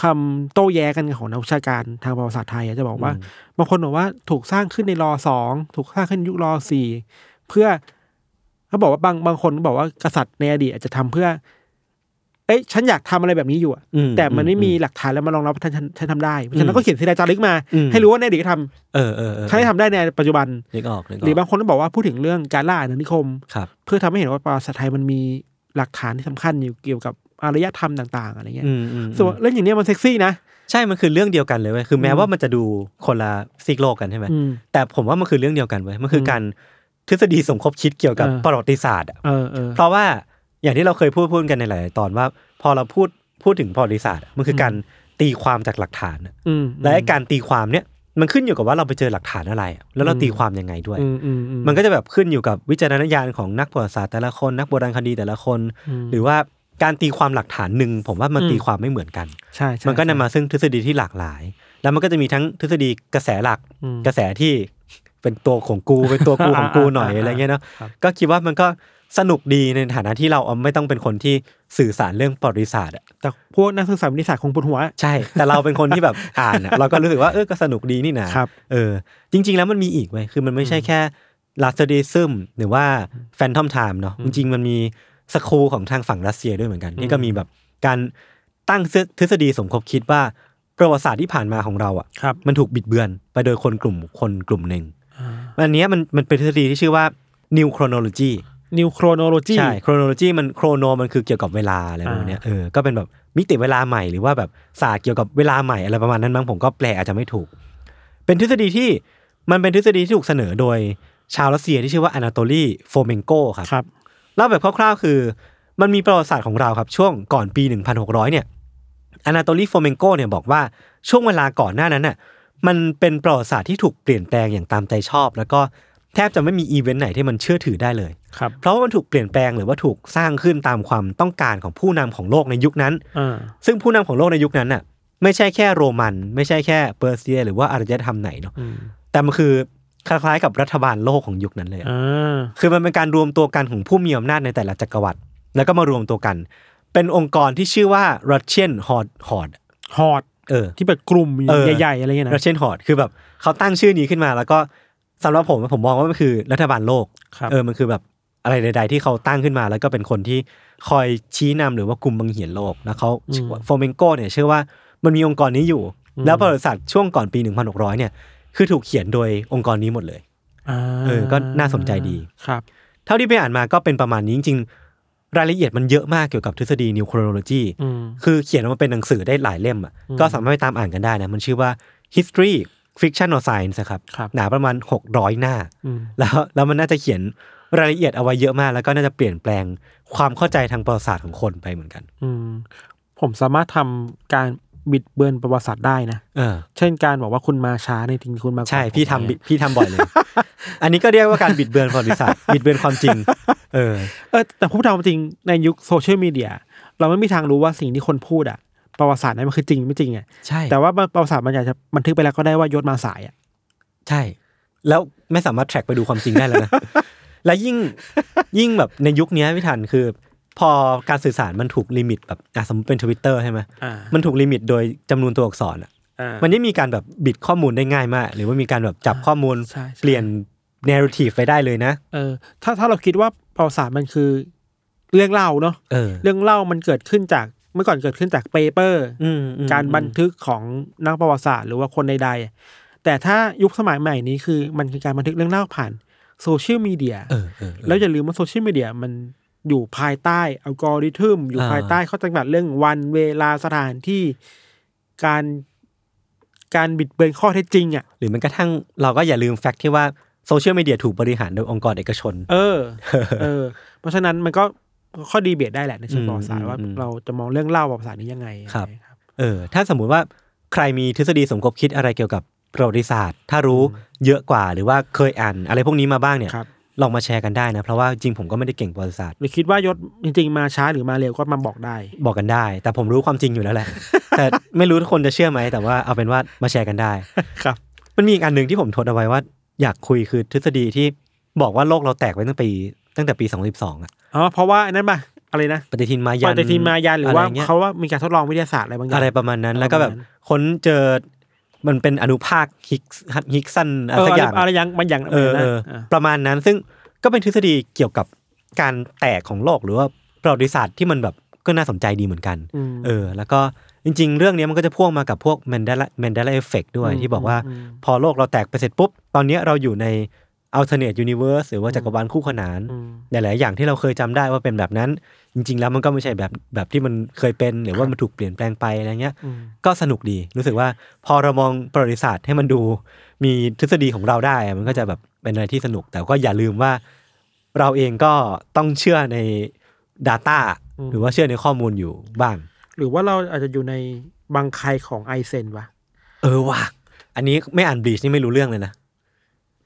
คำโต้แย้กันของนักวิชาการทางประวัติศาสตร์ไทยอะจะบอกว่า บางคนบอกว่าถูกสร้างขึ้นในรอสองถูกสร้างขึ้นยุครอสี่เพื่อเขาบอกว่าบางบางคนบอกว่ากษัตริย์ในอดีตอาจจะทำเพื่อ เอ้ยฉันอยากทำอะไรแบบนี้อยู่อะ อื แต่มันไม่มี อื หลักฐานแล้วมารองรับว่าท่านท่านท่านทำได้เพราะฉะนั้ อืมนก็เขียนศิลาจารึกมา อืม ให้รู้ว่าในอดีตก็ท เออเออเออ ำท่านได้ทำได้ในปัจจุบัน นึกออกนึกออก หรือบางคนก็บอกว่าพูดถึงเรื่องการล่าอาณานิคม ครับ เพื่อทำให้เห็นว่าประวัติศาสตร์ไทยมันมีหลักฐานที่สำคัญอยู่เกี่ยวกับอารยธรรมต่าง ๆ อะไรเงี้ย อืมอืม ส่วนเรื่องอย่างเนี้ยมันเซ็กซี่นะ ใช่มันคือเรื่องเดียวกันเลยเว้ยคือแม้ อืม ว่ามันจะดูคนละซีกโลกกันใช่ไหม อืม แต่ผมว่ามันคือเรื่องเดียวกันเว้ยมันคืออ ม การทฤษฎีสมคบคิดเกี่ยวกับ เออ ประวัติศาสตร์อะ เออเออ เพราะว่าอย่างที่เราเคยพูดพูดกันในหลายๆตอนว่า พอเราพูดพูดถึงประวัติศาสตร์อะมันคืออ ม การตีความจากหลักฐานอะ อืม และไอ้การตีความเนี่ยมันขึ้นอยู่กับว่าเราไปเจอหลักฐานอะไรอะแล้วเราตีความยังไงด้วย อืมอืมอื มันก็จะแบบขึ้นอยู่กับวิจารณญาณของนักประวัติศาสตร์แต่ละคนนักโบราณคดีแต่ละคน ม หรือว่าการตีความหลักฐานหนึ่งผมว่ามัน อืม ตีความไม่เหมือนกัน ใช่ใช่ มันก็นำมาซึ่งทฤษฎีที่หลากหลาย แล้วมันก็จะมีทั้งทฤษฎีกระแสหลัก อืม กระแสที่เป็นตัวของกู เป็นตัวกูของกูหน่อย <laughs> อ่าๆๆ อะไรเงี้ยเนาะ ครับ ก็คิดว่ามันก็สนุกดีในฐานะที่เราเอาไม่ต้องเป็นคนที่สื่อสารเรื่องประวัติศาสต <laughs> ร์อะ แต่พวกนักศึกษาวิทยาศาสตร์คงปวดหัว ใช่ แต่เราเป็นคนที่แบบอ่านอะเราก็รู้สึกว่าเออก็สนุกดีนี่นะครับ เออ จริง ๆ แล้วมันมีอีกเว้ยคือมันไม่ใช่แค่ลาสเตดิซึมหรือว่าแฟนทอมไทม์เนาะจริง ๆ มันมีสคูลของทางฝั่งรัสเซียด้วยเหมือนกันที่ก็มีแบบการตั้งทฤษฎีสมคบคิดว่าประวัติศาสตร์ที่ผ่านมาของเราอะ ครับ มันถูกบิดเบือนไปโดยคนกลุ่มคนกลุ่มหนึ่งอันเนี้ยมันมันเป็นทฤษฎีที่ชื่อว่า new chronology นิวโครโนโลจี ใช่ chronology มัน chrono มันคือเกี่ยวกับเวลาอะไรพวกเนี้ยเออ ก็เป็นแบบมิติเวลาใหม่หรือว่าแบบศาสตร์เกี่ยวกับเวลาใหม่อะไรประมาณนั้นมั้งผมก็แปลอาจจะไม่ถูก เป็นทฤษฎีที่มันเป็นทฤษฎีที่ถูกเสนอโดยชาวรัสเซียที่ชื่อว่าอนาโตลีโฟเมนโกครับ ครับ เล่าแบบคร่าวๆ คือ มันมีประวัติศาสตร์ของเราครับ ช่วงก่อนปี 1600 เนี่ยอนาโตลีโฟเมนโกเนี่ยบอกว่าช่วงเวลาก่อนหน้านั้นน่ะมันเป็นประวัติศาสตร์ที่ถูกเปลี่ยนแปลงอย่างตามใจชอบ แล้วก็แทบจะไม่มีอีเวนต์ไหนที่มันเชื่อถือได้เลย ครับ เพราะว่ามันถูกเปลี่ยนแปลงหรือว่าถูกสร้างขึ้นตามความต้องการของผู้นำของโลกในยุคนั้น อ่า ซึ่งผู้นำของโลกในยุคนั้นน่ะไม่ใช่แค่โรมัน ไม่ใช่แค่เปอร์เซีย หรือว่าอารยธรรมไหนเนาะ อืม แต่มันคือคล้ายๆกับรัฐบาลโลกของยุคนั้นเลยอะ อ่า คือมันเป็นการรวมตัวกันของผู้มีอำนาจในแต่ละจักรวรรดิแล้วก็มารวมตัวกัน เป็นองค์กรที่ชื่อว่า Russian Horde Horde ฮอด เออ ที่แบบกลุ่ม เออ ใหญ่ๆ อะไรเงี้ยนะ Russian Horde คือแบบเขาตั้งชื่อนี้ขึ้นมา แล้วก็สำหรับผมผมมองว่ามันคือรัฐบาลโลก ครับ เออ มันคือแบบอะไรใด ๆ ที่เขาตั้งขึ้นมา แล้วก็เป็นคนที่คอยชี้นำหรือว่ากลุ่มบังเหียนโลกแล้วเขาโฟเมนโกเนี่ยเชื่อว่ามันมีองค์กรนี้อยู่ แล้วประวัติศาสตร์ช่วงก่อนปี 1600 เนี่ยคือถูกเขียนโดยองค์กรนี้หมดเลย า เออก็น่าสนใจดี ครับ เท่าที่ไปอ่านมาก็เป็นประมาณนี้จริงๆ รายละเอียดมันเยอะมากเกี่ยวกับทฤษฎีนิวโครโลจี อืม คือเขียนออกมาเป็นหนังสือได้หลายเล่มอ่ะก็สามารถไปตามอ่านกันได้นะ มันชื่อว่า history fiction or science นะครับ ครับ หนาประมาณ 600 หน้า อืม แล้วแล้วมันน่าจะเขียนรายละเอียดเอาไว้เยอะมาก แล้วก็น่าจะเปลี่ยนแปลงความเข้าใจทางประวัติศาสตร์ของคนไปเหมือนกัน อืมผมสามารถทำการบิดเบือนประวัติศาสตร์ได้นะ เออ เช่นการบอกว่าคุณมาช้าในจริงคุณมาก่อน ใช่พี่ทำ ผม บิ เนี่ย พี่ทำบ่อยเลย อันนี้ก็เรียกว่าการบิดเบือนประวัติศาสตร์ <laughs> บิดเบือนความจริง เออ เออแต่พูดตามจริงในยุคโซเชียลมีเดียเราไม่มีทางรู้ว่าสิ่งที่คนพูดอะประวัติศาสตร์นั้นมันคือจริงไม่จริงอะ ใช่ แต่ว่าประวัติศาสตร์มันอาจจะบันทึกไปแล้วก็ได้ว่ายศมาสายอะ ใช่ แล้วไม่สามารถแทร็กไปดูความจริงได้แล้วนะ <laughs> และยิ่งยิ่งแบบในยุคเนี้ยพี่ทันคือ พอการสื่อสารมันถูกลิมิตแบบอ่ะสมมติเป็นทวิตเตอร์ใช่ไหม อ่า มันถูกลิมิตโดยจำนวนตัวอักษรอ่ะ มั มัน นไม่มีการแบบบิดข้อมูลได้ง่ายมาก หรือว่ามีการแบบจับข้อมูล ใช่ใช่ เปลี่ยนเนื้อทีฟไปได้เลยนะ เออถ้าถ้าเราคิดว่าประวัติศาสตร์มันคือเรื่องเล่าเนาะ เออ เรื่องเล่ามันเกิดขึ้นจากเมื่อก่อนเกิดขึ้นจากเปเปอร์ อืมอืม การบันทึกของนักประวัติศาสตร์หรือว่าคนใดๆ แต่ถ้ายุคสมัยใหม่นี้คือมันคือการบันทึกเรื่องเล่าผ่านโซเชียลมีเดีย เออเออเออ แล้วอย่าลืมว่าโซเชียลมีเดียมันอยู่ภายใต้อัลกอริทึมอยู่ อ่า ภายใต้ข้อจำกัดเรื่องวันเวลาสถานที่การการบิดเบือนข้อเท็จจริงอ่ะ หรือแม้กระทั่งเราก็อย่าลืมแฟกต์ที่ว่าโซเชียลมีเดียถูกบริหารโดยองค์กรเอกชน เออ เออ เพราะฉะนั้นมันก็ข้อดีเบตได้แหละในเชิง อืม ประวัติศาสตร์ว่า อืมอืม เราจะมองเรื่องเล่าประวัติศาสตร์นี้ยังไง ครับ อะไอย่างเงี้ย เออถ้าสมมุติว่าใครมีทฤษฎีสมคบคิดอะไรเกี่ยวกับ ประวัติศาสตร์ ถ้ารู้เยอะกว่าหรือว่าเคยอ่านอะไรพวกนี้มาบ้างเนี่ย ครับ ลองมาแชร์กันได้นะ เพราะว่าจริงผมก็ไม่ได้เก่งประวัติศาสตร์ หรือคิดว่ายศจริงๆมาช้าหรือมาเร็วก็มาบอกได้ บอกกันได้ แต่ผมรู้ความจริงอยู่แล้วแหละ <laughs> แต่ไม่รู้ทุกคนจะเชื่อไหมแต่ว่าเอาเป็นว่ามาแชร์กันได้ ครับ มันมีอีกอันหนึ่งที่ผมทดเอาไว้ว่า อยากคุยคือทฤษฎีที่บอกว่าโลกเราแตกไปตั้งปีตั้งแต่ปี2012อะ อ๋อเพราะว่าอันนั้นป่ะอะไรนะ ปฏิทินมา ป ยัน ฏิทินมายันหรือว่า ะไงี้ย เขาว่ามีการทดลองวิทยาศาสตร์อะไรบางอย่าง อะไรประมาณนั้นแล้วก็แบบ ประมาณนั้น ค้นเจอมันเป็นอนุภาคฮิกส์ฮิกสันอะ เอ ไร อ สักอย่าอะไรง อะไรยังบางอย่าง เออ แบบ เออนั้นนะ ประมาณนั้นซึ่งก็เป็นทฤษฎีเกี่ยวกับการแตกของโลกหรือว่าประวัติศาสตร์ที่มันแบบก็น่าสนใจดีเหมือนกัน อืม เออแล้วก็จริง ๆ เรื่องนี้มันก็จะพ่วงมากับพวกแมนเดลาแมนเดลาเอฟเฟกด้วย อืม ที่บอกว่า อืม พอโลกเราแตกไปเสร็จปุ๊บ ตอนนี้เราอยู่ในอัลเทอร์เนทยูนิเวอร์สหรือว่าจักรวาลคู่ขนาน ม หลายๆอย่างที่เราเคยจำได้ว่าเป็นแบบนั้น จริง ๆ แล้วมันก็ไม่ใช่แบบแบบที่มันเคยเป็น หรือว่ามันถูกเปลี่ยนแปลงไปอะไรเงี้ย อืม ก็สนุกดีรู้สึกว่าพอเรามองประวัติศาสตร์ให้มันดูมีทฤษฎีของเราได้อะมันก็จะแบบเป็นอะไรที่สนุก แต่ก็อย่าลืมว่า เราเองก็ต้องเชื่อใน Data หรือว่าเชื่อในข้อมูลอยู่บ้าง หรือว่าเราอาจจะอยู่ในบางใครของไอเซนวะ เออว่ะอันนี้ไม่อ่านบลีชนี่ไม่รู้เรื่องเลยนะ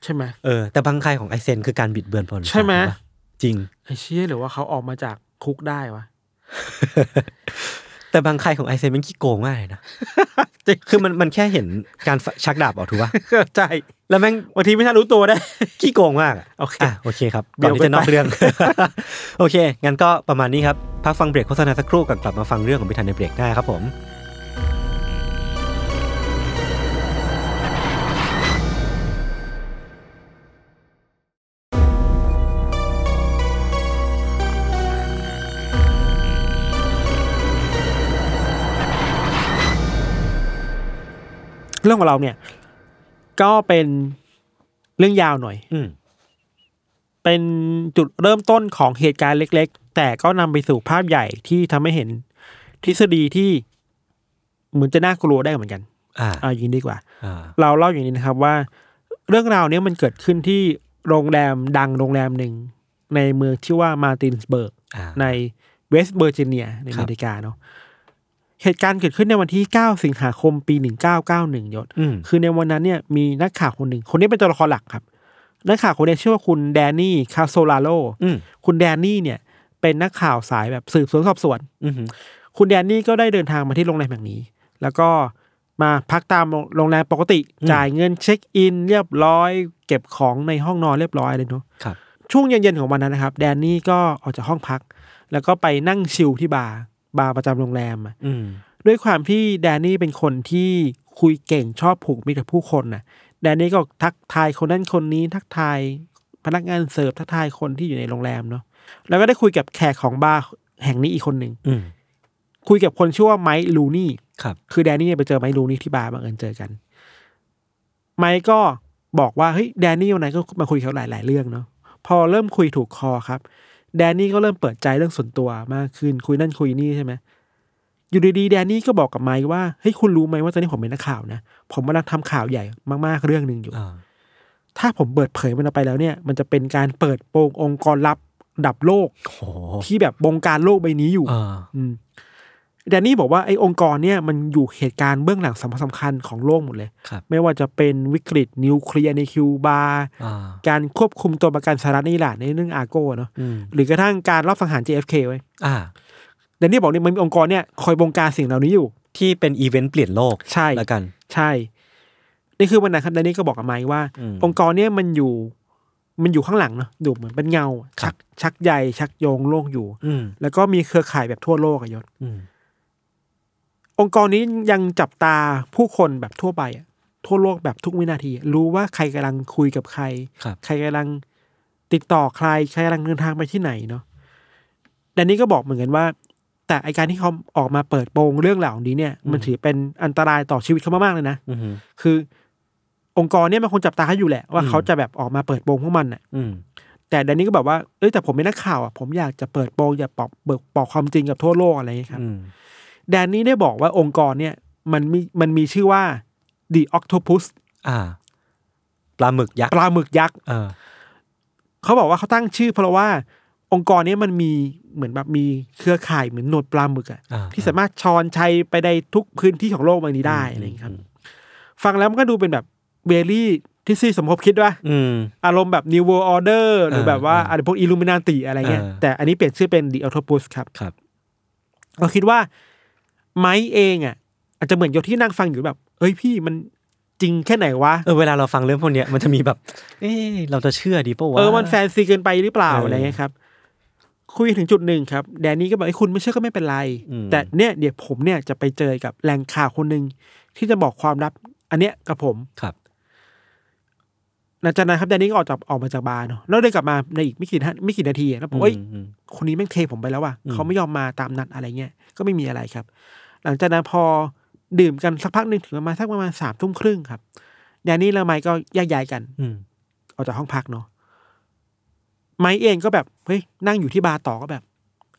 ใช่ไหม เออแต่บางใครของไอเซนคือการบิดเบือนประวัติศาสตร์ ใช่ไหม ปะจริง ไอเชี่ยหรือว่าเขาออกมาจากคุกได้วะ <laughs> แต่บางใครของไอเซนเป็นขี้โกงมากเลยนะ <laughs> คือมันมันแค่เห็นการชักดาบออกถูกปะ เข้าใจ แล้วแม่ง บางทีไม่ทันรู้ตัวได้ <laughs> ขี้โกงมากอะ โอเค อ่ะโอเคครับก่อนที่จะนอกเรื่อง โอเค งั้นก็ประมาณนี้ครับ พักฟังเบรกโฆษณาสักครู่ก่อนกลับมาฟังเรื่องของพิธันในเบรกหน้าครับผม เรื่องของเราเนี่ย ก็เป็นเรื่องยาวหน่อย อืม เป็นจุดเริ่มต้นของเหตุการณ์เล็ก ๆ แต่ก็นำไปสู่ภาพใหญ่ที่ทำให้เห็นทฤษฎีที่เหมือนจะน่ากลัวได้เหมือนกัน อ่า เอาอย่างนี้ดีกว่า อ่า เราเล่าอย่างนี้นะครับว่า เรื่องราวเนี้ยมันเกิดขึ้นที่โรงแรมดังโรงแรมหนึ่ง ในเมืองที่ว่ามาร์ตินสเบิร์ก อ่า ในเวสต์เวอร์จิเนียใน ค อ รับ เมริกาเนาะ เหตุการณ์เกิดขึ้นในวันที่ 9 สิงหาคมปี 1991ยศ อืม คือในวันนั้นเนี่ยมีนักข่าวคนหนึ่ง คนนี้เป็นตัวละครหลักครับ นักข่าวคนนี้ชื่อว่าคุณแดนนี่คาโซลาโล อืม คุณแดนนี่เนี่ยเป็นนักข่าวสายแบบสืบสวนสอบสวน อืมอืม คุณแดนนี่ก็ได้เดินทางมาที่โรงแรมแห่งนี้ แล้วก็มาพักตามโรงแรมปกติ จ่ายเงินเช็คอิน เรียบร้อย เก็บของในห้องนอนเรียบร้อยเลยเนาะ ครับ ช่วงเย็นๆของวันนั้นนะครับ แดนนี่ก็ออกจากห้องพัก แล้วก็ไปนั่งชิลที่บาร์บาร์ประจำโรงแรมอะ อืม ด้วยความที่แดนนี่เป็นคนที่คุยเก่งชอบผูกมิตรกับผู้คนน่ะ แดนนี่ก็ทักทายคนนั้นคนนี้ทักทายพนักงานเสิร์ฟทักทายคนที่อยู่ในโรงแรมเนาะแล้วก็ได้คุยกับแขกของบาร์แห่งนี้อีกคนหนึ่ง อืม คุยกับคนชื่อว่าไมค์ลูนี่ ครับ คือแดนนี่เนี่ยไปเจอไมค์ลูนี่ที่บาร์บังเอิญเจอกัน ไมค์ก็บอกว่าเฮ้ยแดนนี่วันไหนก็มาคุยกับเขาหลาย ๆ เรื่องเนาะพอเริ่มคุยถูกคอครับ แดนนี่ก็เริ่มเปิดใจเรื่องส่วนตัวมากขึ้นคุยนั่นคุยนี่ใช่ไหมอยู่ดีๆแดนนี่ก็บอกกับไมค์ว่าเฮ้ยคุณรู้ไหมว่าตอนนี้ผมเป็นนักข่าวนะผมกำลังทำข่าวใหญ่มากๆเรื่องหนึ่งอยู่ อ่า ถ้าผมเปิดเผยมันออกไปแล้วเนี่ย มันจะเป็นการเปิดโปงองค์กรลับระดับโลก โห ที่แบบบงการโลกใบนี้อยู่ อ่า อืมแดนนี่บอกว่าไอ้องค์กรเนี่ยมันอยู่เหตุการณ์เบื้องหลังสำคัญสำคัญของโลกหมดเลย ครับ ไม่ว่าจะเป็นวิกฤตนิวเคลียร์ในคิวบา อ่า การควบคุมตัวประกันสหรัฐในอิหร่านในเรื่องอาโก้เนาะ อืม หรือกระทั่งการรอบสังหาร JFK ไว้ย อ่า แดนนี่บอกเนี่ยมันมีองค์กรเนี่ยคอยบงการสิ่งเหล่านี้อยู่ ที่เป็นอีเวนต์เปลี่ยนโลก ใช่ แล้วกัน ใช่ นี่คือวันนั้นครับแดนนี่ก็บอกกับไมค์ว่า อืม องค์กรเนี่ยมันอยู่ มันอยู่ข้างหลังเนาะดูเหมือนเป็นเงา ครั ชั บ กชักใยชักโยงโลกอยู่ อืม แล้วก็มีเครือข่ายแบบทั่วโลกอะยศ อืม องค์กรนี้ยังจับตาผู้คนแบบทั่วไปอะทั่วโลกแบบทุกวินาที รู้ว่าใครกำลังคุยกับใคร ครับ ใครกำลังติดต่อใคร ใครกำลังเดินทางไปที่ไหนเนาะแดนนี่ก็บอกเหมือนกันว่า แต่ไอการที่เขาออกมาเปิดโปงเรื่องเหล่านี้เนี่ย มันถือเป็นอันตรายต่อชีวิตเขามากๆเลยนะ อืม คือ องค์กรเนี่ยมันคงจับตาเขาอยู่แหละว่าเขาจะแบบออกมาเปิดโปงพวกมันน่ะ อืม แต่แดนนี่ก็แบบว่าเอ้ยแต่ผมเป็นนักข่าวอ่ะผมอยากจะเปิดโปงอยากบอกเบิกบอกความจริงกับทั่วโลกอะไรอย่างเงี้ยครับ อืม แดนนี่ได้บอกว่าองค์กรเนี่ยมันมีมันมีชื่อว่า The Octopus อ่าปลาหมึกยัก ป ษ์ ลาหมึกยักษ์ เออ เขาบอกว่าเขาตั้งชื่อ เพราะว่าองค์กรเนี้มันมีเหมือนแบบมีเครือข่ายเหมือนหนวดปลาหมึกอะ อ่า ที่สามารถชอนชัยไปได้ทุกพื้นที่ของโลกใบนี้ได้อะไรอย่างเงี้ยครับ ฟังแล้วมันก็ดูเป็นแบบ เวลี่ที่ซีสมคบคิดว่า อืม อารมณ์แบบ New World Order หรือแบบว่า เออเอออ อะไรพวกอิลูมินาติอะไรเงี้ย เออ แต่อันนี้เปลี่ยนชื่อเป็น The Octopus ครับ ครับ เราคิดว่าไม้เองอ่ะ อาจจะเหมือนโยที่นั่งฟังอยู่แบบ เอ้ยพี่มันจริงแค่ไหนวะ เออเวลาเราฟังเรื่องพวกเนี้ยมันจะมีแบบ เอ๊ะเราจะเชื่อดีปะวะ เออมันแฟนซีเกินไปหรือเปล่า เอออ อะไรเงี้ยครับ คุยถึงจุดหนึ่งครับ แดนนี่ก็บอกไอ้ยคุณไม่เชื่อก็ไม่เป็นไร อืม แต่เนี่ยเดี๋ยวผมเนี่ยจะไปเจอกับแหล่งข่าวคนหนึ่งที่จะบอกความลับ อันเนี้ยกับผม ครับ หลังจากนั้นครับแดนนี่ก็ออกจากออกมาจากบาร์เนาะแล้วเดินกลับมาในอีกไม่กี่นาไม่กี่นาทีอะแล้วผมเอ้ย คนนี้แม่งเทผมไปแล้วว่ะ อืม เขาไม่ยอมมาตามนัดอะไรเงี้ย ก็ไม่มีอะไรครับ หลังจากนั้นพอดื่มกันสักพักหนึ่งถึงประมาณสักประมาณสามทุ่มครึ่งครับแดนนี่และไมค์ก็แยกย้ายกัน อืม ออกจากห้องพักเนาะไมค์เองก็แบบเฮ้ยนั่งอยู่ที่บาร์ต่อก็แบบ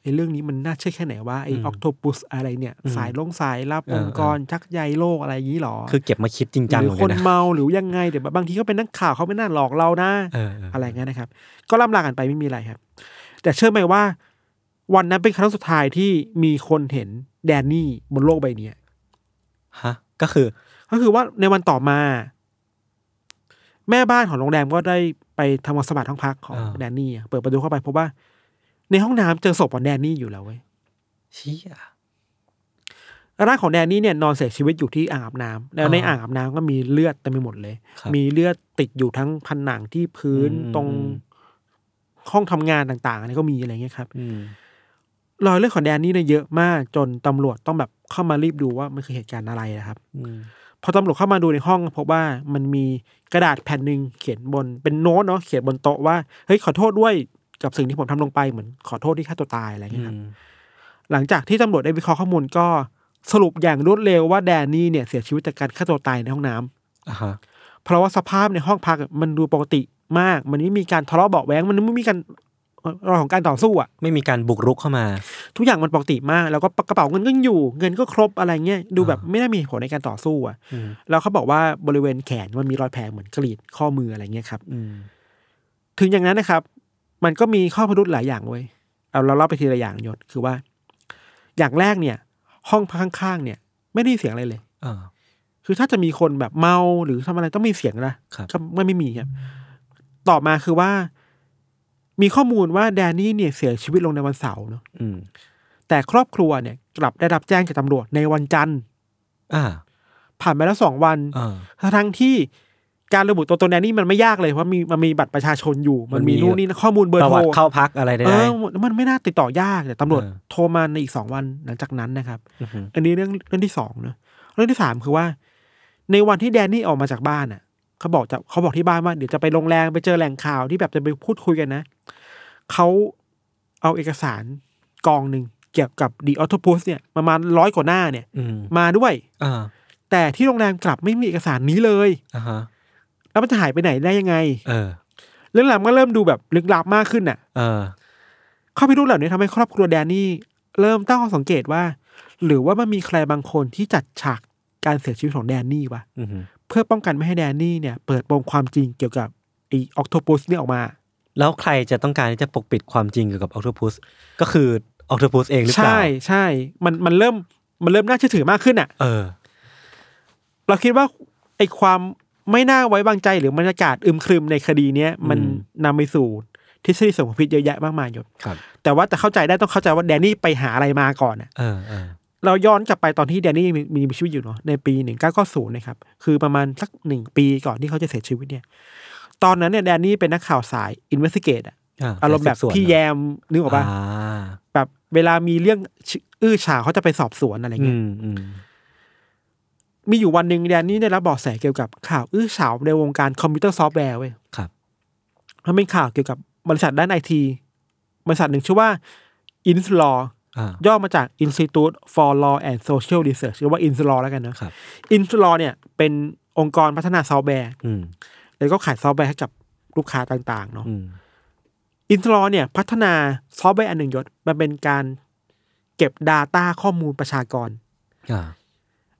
ไอ้เรื่องนี้มันน่าเชื่อแค่ไหนว่าไอ้ออกโทปุสอะไรเนี่ย สายลงสายรับองค์กรชักใยโลกอะไรอย่างนี้หรอ คือเก็บมาคิดจริงจัง หรือ เหมือน ค กัน นนะ เมาหรือยังไงเดี๋ยวบางทีก็เป็นนักข่าวเขาไม่น่าหลอกเรานะ เออเออ อะไรเงี้ยนะครับ ก็ล่ำลากันไปไม่มีอะไรครับ แต่เชื่อไหมว่า วันนั้นเป็นครั้งสุดท้ายที่มีคนเห็นแดนนี่บนโลกใบเนี้ย ฮะก็คือ ก็คือว่าในวันต่อมา แม่บ้านของโรงแรมก็ได้ไปทำความสะอาดห้องพักของแดนนี่อะเปิดประตูเข้าไปพบว่า ในห้องน้ำเจอศพของแดนนี่อยู่แล้วเว้ย เชี่ย ร่างของแดนนี่เนี่ยนอนเสียชีวิตอยู่ที่อ่างอาบน้ำแล้วใน อ่า อ่างอาบน้ำก็มีเลือดเต็มไปหมดเลย ครับ มีเลือดติดอยู่ทั้งผนังที่พื้น อืม ตรงห้องทำงานต่างๆอะไรก็มีอะไรเงี้ยครับ อืม รอยเลือดของแดนนี่เนี่ยเยอะมาก จนตำรวจต้องแบบเข้ามารีบดูว่ามันคือเหตุการณ์อะไรนะครับ อืม พอตำรวจเข้ามาดูในห้องพบว่ามันมีกระดาษแผ่นหนึ่งเขียนบนเป็นโน้ตเนาะเขียนบนโต๊ะว่าเฮ้ยขอโทษด้วยกับสิ่งที่ผมทำลงไปเหมือนขอโทษที่ฆ่าตัวตายอะไรอย่างเงี้ยครับหลังจากที่ตำรวจได้วิเคราะห์ข้อมูลก็สรุปอย่างรวดเร็วว่าแดนนี่เนี่ยเสียชีวิตจากการฆ่าตัวตายในห้องน้ำ อ่ะฮะ เพราะว่าสภาพในห้องพักอะมันดูปกติมาก มันไม่มีการทะเลาะเบาะแว้งมันไม่มีการรอยของการต่อสู้อะ ไม่มีการบุกรุกเข้ามา ทุกอย่างมันปกติมาก แล้วก็กระเป๋าเงินก็ยังอยู่ เงินก็ครบอะไรเงี้ยดูแบบ อ่า ไม่ได้มีเหตุผลในการต่อสู้อ่ะ อืม แล้วเขาบอกว่าบริเวณแขนมันมีรอยแผลเหมือนกรีดข้อมืออะไรเงี้ยครับ อืม ถึงอย่างนั้นนะครับ มันก็มีข้อพิรุธหลายอย่างเว้ยเอาเราเล่าไปทีละอย่างยศคือว่า อย่างแรกเนี่ย ห้องพักข้างๆเนี่ย ไม่ได้ยินเสียงอะไรเลย อ่า คือถ้าจะมีคนแบบเมาหรือทำอะไรต้องมีเสียงนะครับ ก็ไม่ไม่มีครับ ต่อมาคือว่า มีข้อมูลว่าแดนนี่เนี่ยเสียชีวิตลงในวันเสาร์เนอะ อืม แต่ครอบครัวเนี่ยกลับได้รับแจ้งจากตำรวจในวันจันทร์ อ่า ผ่านไปแล้วสองวัน อ่า ทั้งที่การระบุตัวตนแดนนี่มันไม่ยากเลยเพราะมีมันมีบัตรประชาชนอยู่ มันมี มันมี นู่นนี่ข้อมูลเบอร์ ประ โท วัติ ร เข้าพักอะไรได้ เออมันไม่น่าติดต่อยากแต่ตำรวจ เออ โทรมาในอีกสองวันหลังจากนั้นนะครับ อือฮึ อันนี้เรื่องเรื่องที่สองเนอะเรื่องที่สามคือว่า ในวันที่แดนนี่ออกมาจากบ้านอ่ะเขาบอกจะเขาบอกที่บ้านว่าเดี๋ยวจะไปโรงแรมไปเจอแหล่งข่าวที่แบบจะไปพูดคุยกันนะเขาเอาเอกสารกองหนึ่งเกี่ยวกับดีออโตพ s เนี่ยประมาณร้อยกว่าหน้าเนี่ย อืม มาด้วย อ่า แต่ที่โรงแรมกลับไม่มีเอกสารนี้เลย อ่าฮะ แล้วมันจะหายไปไหนได้ยังไง เออ เรื่องราวมันก็เริ่มดูแบบลึกลับมากขึ้นน่ะ เออ ข้อพิรุธเหล่านี้ทำให้ครอบครัวแดนนี่เริ่มตั้งข้อสังเกตว่า หรือว่ามันมีใครบางคนที่จัดฉากการเสียชีวิตของแดนนี่วะ อือฮึ เพื่อป้องกันไม่ให้แดนนี่เนี่ย เปิดโปงความจริงเกี่ยวกับไอ้ออกโทปุสเนี่ยออกมา แล้วใครจะต้องการที่จะปกปิดความจริงเกี่ยวกับออ t ต p u s ก็คือออ t ต p u s เองหรือเปล่า ใช่ใช่มันมันเริ่มมันเริ่มน่าเชื่อถือมากขึ้นอ่ะ เออ เราคิดว่าไอ้ความไม่น่าไว้วางใจหรือบรรยากาศอึมครึมในคดีเนี้ยมัน อืม นำไปสู่ทฤษฎีสมคบคิดเยอะแยะมากมายหยด ครับ แต่ว่าจะเข้าใจได้ต้องเข้าใจว่าแดนนี่ไปหาอะไรมาก่อนน่ะ เออเออ เราย้อนกลับไปตอนที่แดนนี่มีมีชีวิตอยู่เนาะในปีหนึ่งเก้าก็ศูนย์นะครับ คือประมาณสักหนึ่งปีก่อนที่เขาจะเสียชีวิตเนี่ย ตอนนั้นเนี่ยแดนนี่เป็นนักข่าวสายอินเวสติเกตอะอารมณ์แบบพี่แยมนึกออกปะ อ่า แบบเวลามีเรื่องอื้อฉาวเขาจะไปสอบสวนอะไร อื เงี้ย มอืม มีอยู่วันหนึ่งแดนนี่ได้รับเบาะแสเกี่ยวกับข่าวอื้อฉาวในวงการคอมพิวเตอร์ซอฟต์แวร์เว้ย ครับ มันเป็นข่าวเกี่ยวกับบริษัทด้านไอทีบริษัทหนึ่งชื่อว่า i n s l a w อ่า ย่อมาจาก Institute for Law and Social Research หรือว่า i n s l a w แล้วกันนะครับ อินสลอเนี่ยเป็นองค์กรพัฒนาซอฟต์แวร์ อืม แล้วก็ขายซอฟต์แวร์ให้กับลูกค้าต่างๆเนาะ อืม อินสลอเนี่ยพัฒนาซอฟต์แวร์อันหนึ่งยศมันเป็นการเก็บ Data ข้อมูลประชากร อ่า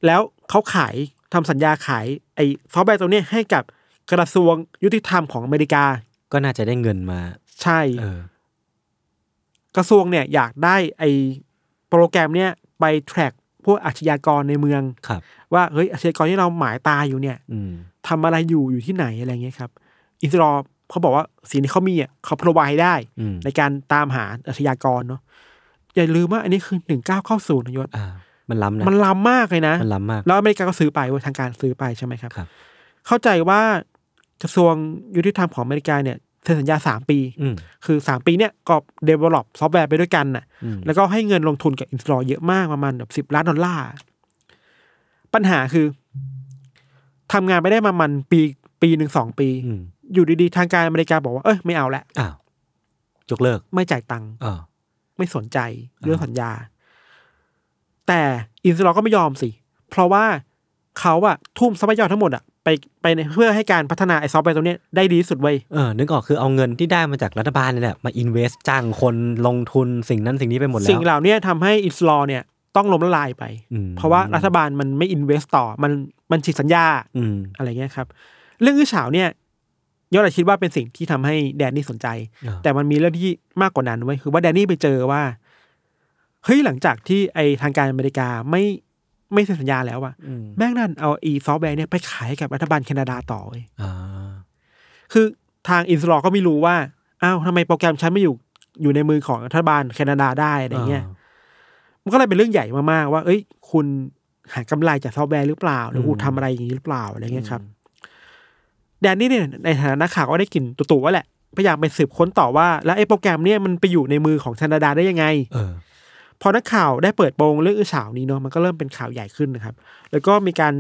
แล้วเขาขายทำสัญญาขายไอ้ซอฟต์แวร์ตัวเนี้ยให้กับกระทรวงยุติธรรมของอเมริกา ก็น่าจะได้เงินมา ใช่ เออ กระทรวงเนี่ยอยากได้ไอ้โปรแกรมเนี่ยไปแทร็กพวกอาชญากรในเมือง ครับ ว่าเฮ้ยอาชญากรที่เราหมายตาอยู่เนี่ย อืม ท ทำอะไรอยู่อยู่ที่ไหนอะไรเงี้ยครับอินทรอเขาบอกว่าสิ่งที่เขามีอ่ะเขาพรวายได้ อืม ในการตามหาอาชญากรเนาะอย่าลืมว่าอันนี้คือหนึ่งเก้าเข้าศูนย์ยศ อ่า มันล้ำนะ มันล้ำมากเลยนะ มันล้ำมาก แล้วอเมริกาก็ซื้อไปเว่าทางการซื้อไปใช่ไหมครับ ครับ เข้าใจว่ากระทรวงยุติธรรมของอเมริกาเนี่ยเซ็นสัญญาสามปี อืม คือสามปีเนี่ยก็ develop ซอฟต์แวร์ไปด้วยกันน่ะ อืม แล้วก็ให้เงินลงทุนกับอินสตอเยอะมากประมาณแบบสิบ10 ล้านดอลลาร์ ปัญหาคือทำงานไม่ได้ประมาณปีปีหนึ่งสองปี อืม อยู่ดีๆ ทางการอเมริกาบอกว่า เอ้ยไม่เอาละ อ้าวยกเลิก ไม่จ่ายตังค์ อ่า ไม่สนใจเรื่องสัญญา แต่อินสตอก็ไม่ยอมสิ เพราะว่าเขาอะทุ่มทรัพยากรทั้งหมดอะไปไปในเพื่อให้การพัฒนาไอซอฟต์แวร์ตัวเนี้ยได้ดีที่สุดเว้ย เออนึกออกคือเอาเงินที่ได้มาจากรัฐบาลนี่แหละ มาอินเวสจ้างคนลงทุนสิ่งนั้นสิ่งนี้ไปหมดแล้ว สิ่งเหล่าเนี้ยทำให้อิสลอเนี่ยต้องล้มละลายไป อืม เพราะว่ารัฐบาลมันไม่อินเวสต่อ มันมันฉีกสัญญา อืม อะไรเงี้ยครับ เรื่องอื้อฉาวเนี่ยยอดอาจคิดว่าเป็นสิ่งที่ทำให้แดนนี่สนใจ แต่มันมีเรื่องที่มากกว่านั้นไว้ยคือว่าแดนนี่ไปเจอว่าเฮ้ยหลังจากที่ไอทางการอเมริกาไม่ไม่เซ็นสัญญาแล้วอะ อืม แม่งนั่นเอาอีซอฟต์แวร์เนี่ยไปขายให้กับรัฐบาลแคนาดาต่อเว้ย อ่า คือทางอิสลอก็ไม่รู้ว่าอ้าวทำไมโปรแกรมฉันไม่อยู่อยู่ในมือของรัฐบาลแคนาดาได้อะไรเงี้ย มันก็เลยเป็นเรื่องใหญ่มาก ๆ ว่า เอ้ย คุณหากำไรจากซอฟต์แวร์หรือเปล่า หรือคุณทำอะไรอย่างนี้หรือเปล่า อะไรเงี้ยครับ แดนนี่เนี่ยในฐานะนักข่าวก็ได้กลิ่นตู่ๆว่าแหละ พยายามไปสืบค้นต่อว่า แล้วไอ้โปรแกรมเนี่ยมันไปอยู่ในมือของแคนาดาได้ยังไง เออ พอนักข่าวได้เปิดโปงเรื่องอื้อฉาวนี้เนาะ มันก็เริ่มเป็นข่าวใหญ่ขึ้นนะครับ แล้วก็มีการ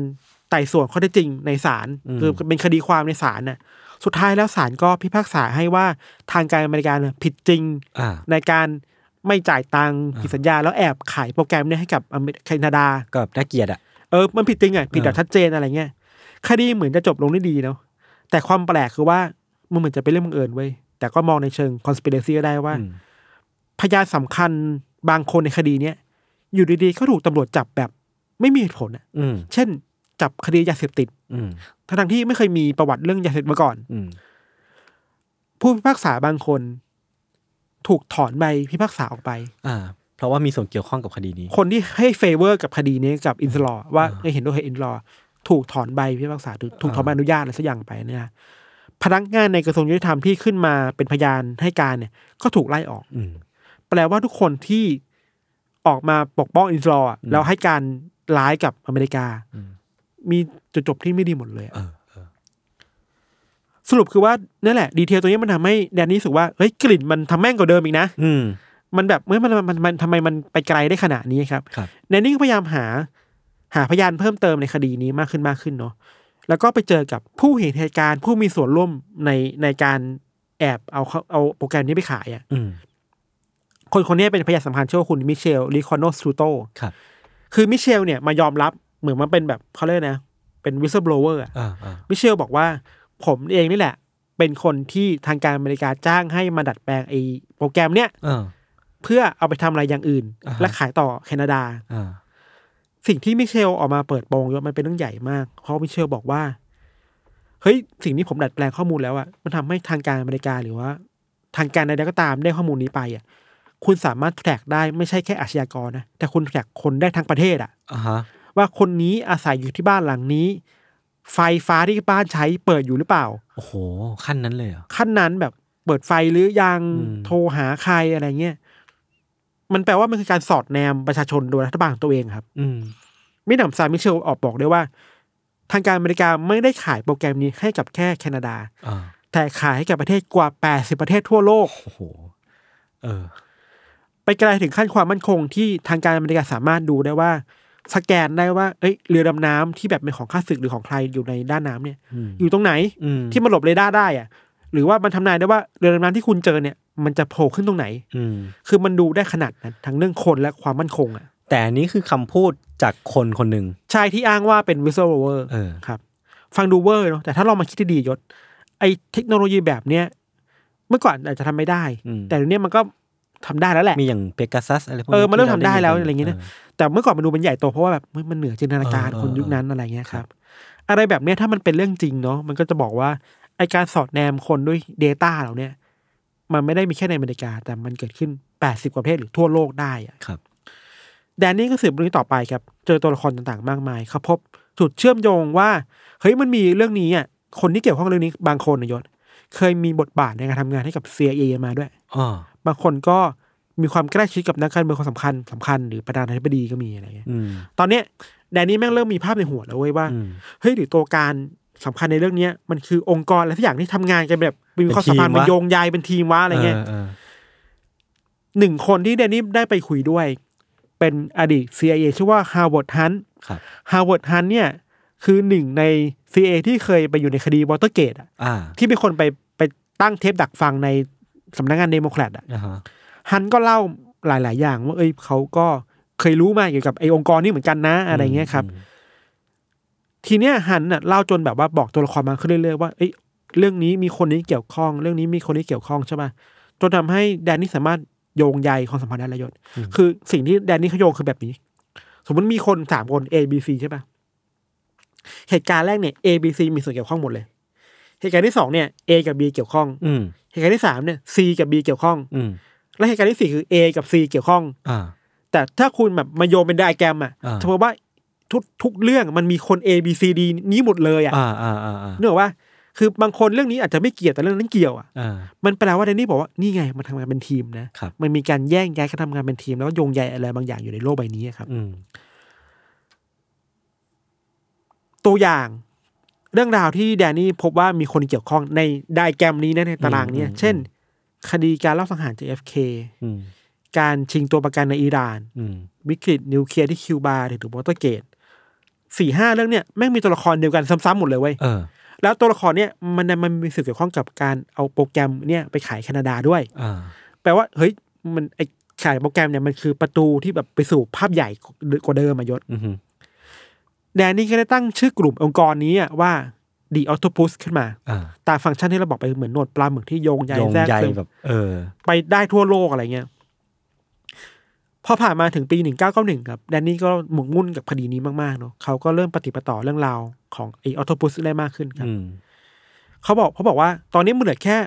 ไต่สวนข้อเท็จจริงในศาล อืม คือเป็นคดีความในศาลน่ะ สุดท้ายแล้วศาลก็พิพากษาให้ว่าทางการอเมริกันน่ะผิดจริง อ่า ในการไม่จ่ายตังค์ อ่า ผิดสัญญาแล้วแอบขายโปรแกรมเนี่ยให้กับอเมริแคนาดา ก็แบบน่าเกลียดอ่ะ เออ มันผิดจริงอ่ะ ผิดแบบ อ่า ชัดเจนอะไรเงี้ยคดีเหมือนจะจบลงด้วยดีเนาะแต่ความแปลกคือว่ามันเหมือนจะเป็นเรื่องบังเอิญเว้ยแต่ก็มองในเชิงคอน spiracy ก็ได้ว่า อืม พยานสำคัญบางคนในคดีเนี้ยอยู่ดีๆก็ถูกตำรวจจับแบบไม่มีเหตุผลอ่ะ อืม เช่น จับคดียาเสพติด อืม ทั้งๆที่ไม่เคยมีประวัติเรื่องยาเสพติดมาก่อน อืม ผู้พิพากษาบางคน ถูกถอนใบพิพากษาออกไป อ่า เพราะว่ามีส่วนเกี่ยวข้องกับคดีนี้ คนที่ให้เฟเวอร์กับคดีนี้กับอินสลอว่า อ่า เอ้ยเห็นด้วยเห็นอินสลอถูกถอนใบพิพากษาถูกถูกถอนใบอนุญาตอะไรสักอย่างไปเนี่ยนะพนักงานในกระทรวงยุติธรรมที่ขึ้นมาเป็นพยานให้การเนี่ย ก็ถูกไล่ออก อืม แปลว่าทุกคนที่ออกมาปกป้องอินสลออะ อืม แล้วให้การร้ายกับอเมริกา อืม มีจุดจบที่ไม่ดีหมดเลยอะ เออเออ สรุปคือว่านั่นแหละ ดีเทลตัวนี้มันทำให้แดนนี่รู้สึกว่าเฮ้ยกลิ่นมันทำแม่งกว่าเดิมอีกนะ อืม มันแบบเฮ้ยมันมันมันมันทำไมมันไปไกลได้ขนาดนี้ครับ ครับ แดนนี่ก็พยายามหา หาพยานเพิ่มเติมในคดีนี้มากขึ้นมากขึ้นเนาะแล้วก็ไปเจอกับผู้เห็นเหตุการณ์ผู้มีส่วนร่วมในในการแอบเอาเขาเอาโปรแกรมนี้ไปขายอะ่ะ อืม คนคนนี้เป็นพยานสำคัญชื่อว่าคุณมิเชลลิคอนโนสตูโต ครับ คือมิเชลเนี่ยมายอมรับเหมือนมันเป็นแบบเขาเรียกนะ เป็นวิสเ b ลเวอร์ อ่าอ่า มิเชลบอกว่า ผมเองนี่แหละ เป็นคนที่ทางการอเมริกาจ้างให้มาดัดแปลงไอ้โปรแกรมเนี่ย เออ เพื่อเอาไปทำอะไรอย่างอื่น อ่าฮะ และขายต่อแคนาดา อ่า สิ่งที่มิเชลออกมาเปิดโปงยศมันเป็นเรื่องใหญ่มาก เพราะมิเชลบอกว่า เฮ้ย สิ่งนี้ผมดัดแปลงข้อมูลแล้วอะมันทำให้ทางการอเมริกาหรือว่า ทางการใดๆก็ตามได้ข้อมูลนี้ไปอะคุณสามารถแทร็กได้ไม่ใช่แค่อาชญากรนะ แต่คุณแทร็กคนได้ทั้งประเทศอะ อ่าฮะ ว่าคนนี้อาศัยอยู่ที่บ้านหลังนี้ ไฟฟ้าที่บ้านใช้เปิดอยู่หรือเปล่า โอ้โหขั้นนั้นเลยเหรอ ขั้นนั้นแบบเปิดไฟหรือยัง อืม โทรหาใครอะไรเงี้ยมันแปลว่ามันคือการสอดแนมประชาชนโดยรัฐบาลของตัวเองครับ อืม มิหนำซามมิเชลออกบอกด้วยว่า ทางการอเมริกาไม่ได้ขายโปรแกรมนี้ให้กับแค่แคนาดา อ่า แต่ขายให้กับประเทศกว่า 80 ประเทศทั่วโลก โอ้โหเออ ไปไกลถึงขั้นความมั่นคงที่ทางการอเมริกาสามารถดูได้ว่า สแกนได้ว่าเอ้ยเรือดำน้ำที่แบบเป็นของข้าศึกหรือของใครอยู่ในด้านน้ำเนี่ย อืม อยู่ตรงไหน อืม ที่มันหลบเรดาร์ได้อะหรือว่ามันทำนายได้ว่าเรือดำน้ำที่คุณเจอเนี่ย มันจะโผล่ขึ้นตรงไหน อืม คือมันดูได้ขนาดนั้นทั้งเรื่องคนและความมั่นคงอ่ะ แต่อันนี้คือคำพูดจากคนคนหนึ่ง ชายที่อ้างว่าเป็นวิ s เ l อร์เวอร์ เออ ครับ ฟังดูเวอร์เนาะแต่ถ้าเรามาคิดดีๆยศ ไอเทคโนโลยีแบบเนี้ยเมื่อก่อนอาจจะทำไม่ได้ อืม แต่เดี๋ยวนี้มันก็ทำได้แล้วแหละ มีอย่างเปกาซัสอะไรพวก เออมันเริ่มทำได้แล้ว ที่ อะไรอย่างงี้นะ เ แต่เมื่อก่อนมันดูมันใหญ่โตเพราะว่าแบบเฮ้ยมันเหนือจินตนาการ เออเออ คนยุคนั้นอะไรเงี้ยครับ อะไรแบบเนี้ยถ้ามันเป็นเรื่องจริงเนาะมันก็จะบอกว่าไอการสอดแนมคนด้วย Data เหล่าเนี้ยมันไม่ได้มีแค่ในอเมริกา แต่มันเกิดขึ้น 80 กว่าประเทศหรือทั่วโลกได้อะ ครับ แดนนี่ก็สืบเรื่องนี้ต่อไปครับ เจอตัวละครต่างๆ มากมายเขาพบจุดเชื่อมโยงว่าเฮ้ยมันมีเรื่องนี้อ่ะคนที่เกี่ยวข้องกับเรื่องนี้บางคนนะยศ เคยมีบทบาทในการทำงานให้กับ CIA มาด้วย อ๋อบ างคนก็มีความใกล้ชิดกับนักการเมืองคนสำคัญสำคัญหรือประธานาธิบดีก็มีอะไรเงี้ย อืม ตอนเนี้ยแดนนี่แม่งเริ่มมีภาพในหัวแล้วเว้ยว่า อืม เฮ้ยหรือตัวการสำคัญในเรื่องเนี้ยมันคือองค์กรอะไรสักอย่างที่ทำงานกันแบบมีความสัมพันธ์ เป็นทีมวะ มันโยงใยเป็นทีมว่าอะไรเงี้ย ออ หนึ่งคนที่แดนนี่ได้ไปคุยด้วย เป็นอดีต CIA ชื่อว่าฮาร์ว r d ดฮัน ครับ ฮาร์ว r d ดฮันเนี่ยคือหนึ่งใน CIA ที่เคยไปอยู่ในคดีวอเตอร์เกตอะ อ่า ที่เป็นคนไปไปตั้งเทปดักฟังในสำนักงานเดโมแครตอะ อ่าฮะ ฮันก็เล่าหลาย ๆ อย่างว่า เอ้ยเขาก็เคยรู้มาเกี่ยวกับไอ้องค์กรนี่เหมือนกันนะ อะไรเงี้ยครับ ม ทีเนี้ยฮันน่ะเล่าจนแบบว่าบอกตัวละครมาขึ้นเรื่อย ๆ ว่า เอ้ยเรื่องนี้มีคนนี้เกี่ยวข้อง เรื่องนี้มีคนนี้เกี่ยวข้องใช่ป่ะจนทำให้แดนนี่สามารถโยงใยความสัมพันธ์ได้ระยศคือสิ่งที่แดนนี่เขาโยงคือแบบนี้ สมมติมีคนสามคน A B C ใช่ป่ะเหตุการณ์แรกเนี่ย A B C มีส่วนเกี่ยวข้องหมดเลย เหตุการณ์ที่สองเนี่ย A กับ B เกี่ยวข้อง อืม เหตุการณ์ที่สามเนี่ย C กับ B เกี่ยวข้อง อืม และเหตุการณ์ที่สี่คือ A กับ C เกี่ยวข้อง อ่า แต่ถ้าคุณแบบมาโยงเป็นไดอะแกรมอ่ะ อ่า จะบอกว่าทุกทุกเรื่องมันมีคน A B C D นี้หมดเลยอ่ะ อ่าอ่าอ่าอ่า เนื่องว่าคือบางคนเรื่องนี้อาจจะไม่เกี่ยวแต่เรื่องนั้นเกี่ยวอ่ะ อ่า มันแปลว่าแดนนี่บอกว่านี่ไงมันทำงานเป็นทีมนะครับ มันมีการแย่งย้ายการทำงานเป็นทีม แล้วก็โยงใยอะไรบางอย่างอยู่ในโลกใบนี้อะครับ อืม ตัวอย่างเรื่องราวที่แดนนี่พบว่ามีคนเกี่ยวข้องในไดอะแกรมนี้นะในตารางเนี่ยเช่น คดีการลอบสังหาร JFK อืม การชิงตัวประกันในอิหร่าน อืม วิกฤตนิวเคลียร์ที่คิวบาหรือถึงวอเตอร์เกตสี่ห้าเรื่องเนี่ยแม่งมีตัวละครเดียวกันซ้ำๆหมดเลยเว้ย เออ แล้วตัวละครเนี่ยมันดันมันมีส่วนเกี่ยวข้องกับการเอาโปรแกรมเนี่ยไปขายแคนาดาด้วย อ่า แปลว่าเฮ้ยมันไอขายโปรแกรมเนี่ยมันคือประตูที่แบบไปสู่ภาพใหญ่กว่าเดิมอะยศ อืมฮึ แดนนี่ก็ได้ตั้งชื่อกลุ่มองค์กรนี้อะว่าดีออ o ต u ุสขึ้นมา อ่า ตามฟังก์ชันที่เราบอกไปเหมือนหนวดปลาหมึกที่โยงใย โยง แทรก ใย ซึม แบบ เออ ไปได้ทั่วโลกอะไรเงี้ย พอผ่านมาถึงปี 1991 ครับ แดนนี่ก็หมกมุ่นกับคดีนี้มาก ๆ เนาะเขาก็เริ่มปฏิปต่อเรื่องราวของไอออโตปุสได้มากขึ้นครับ อืม เขาบอกเขาบอกว่าตอนนี้มันเหลือแค่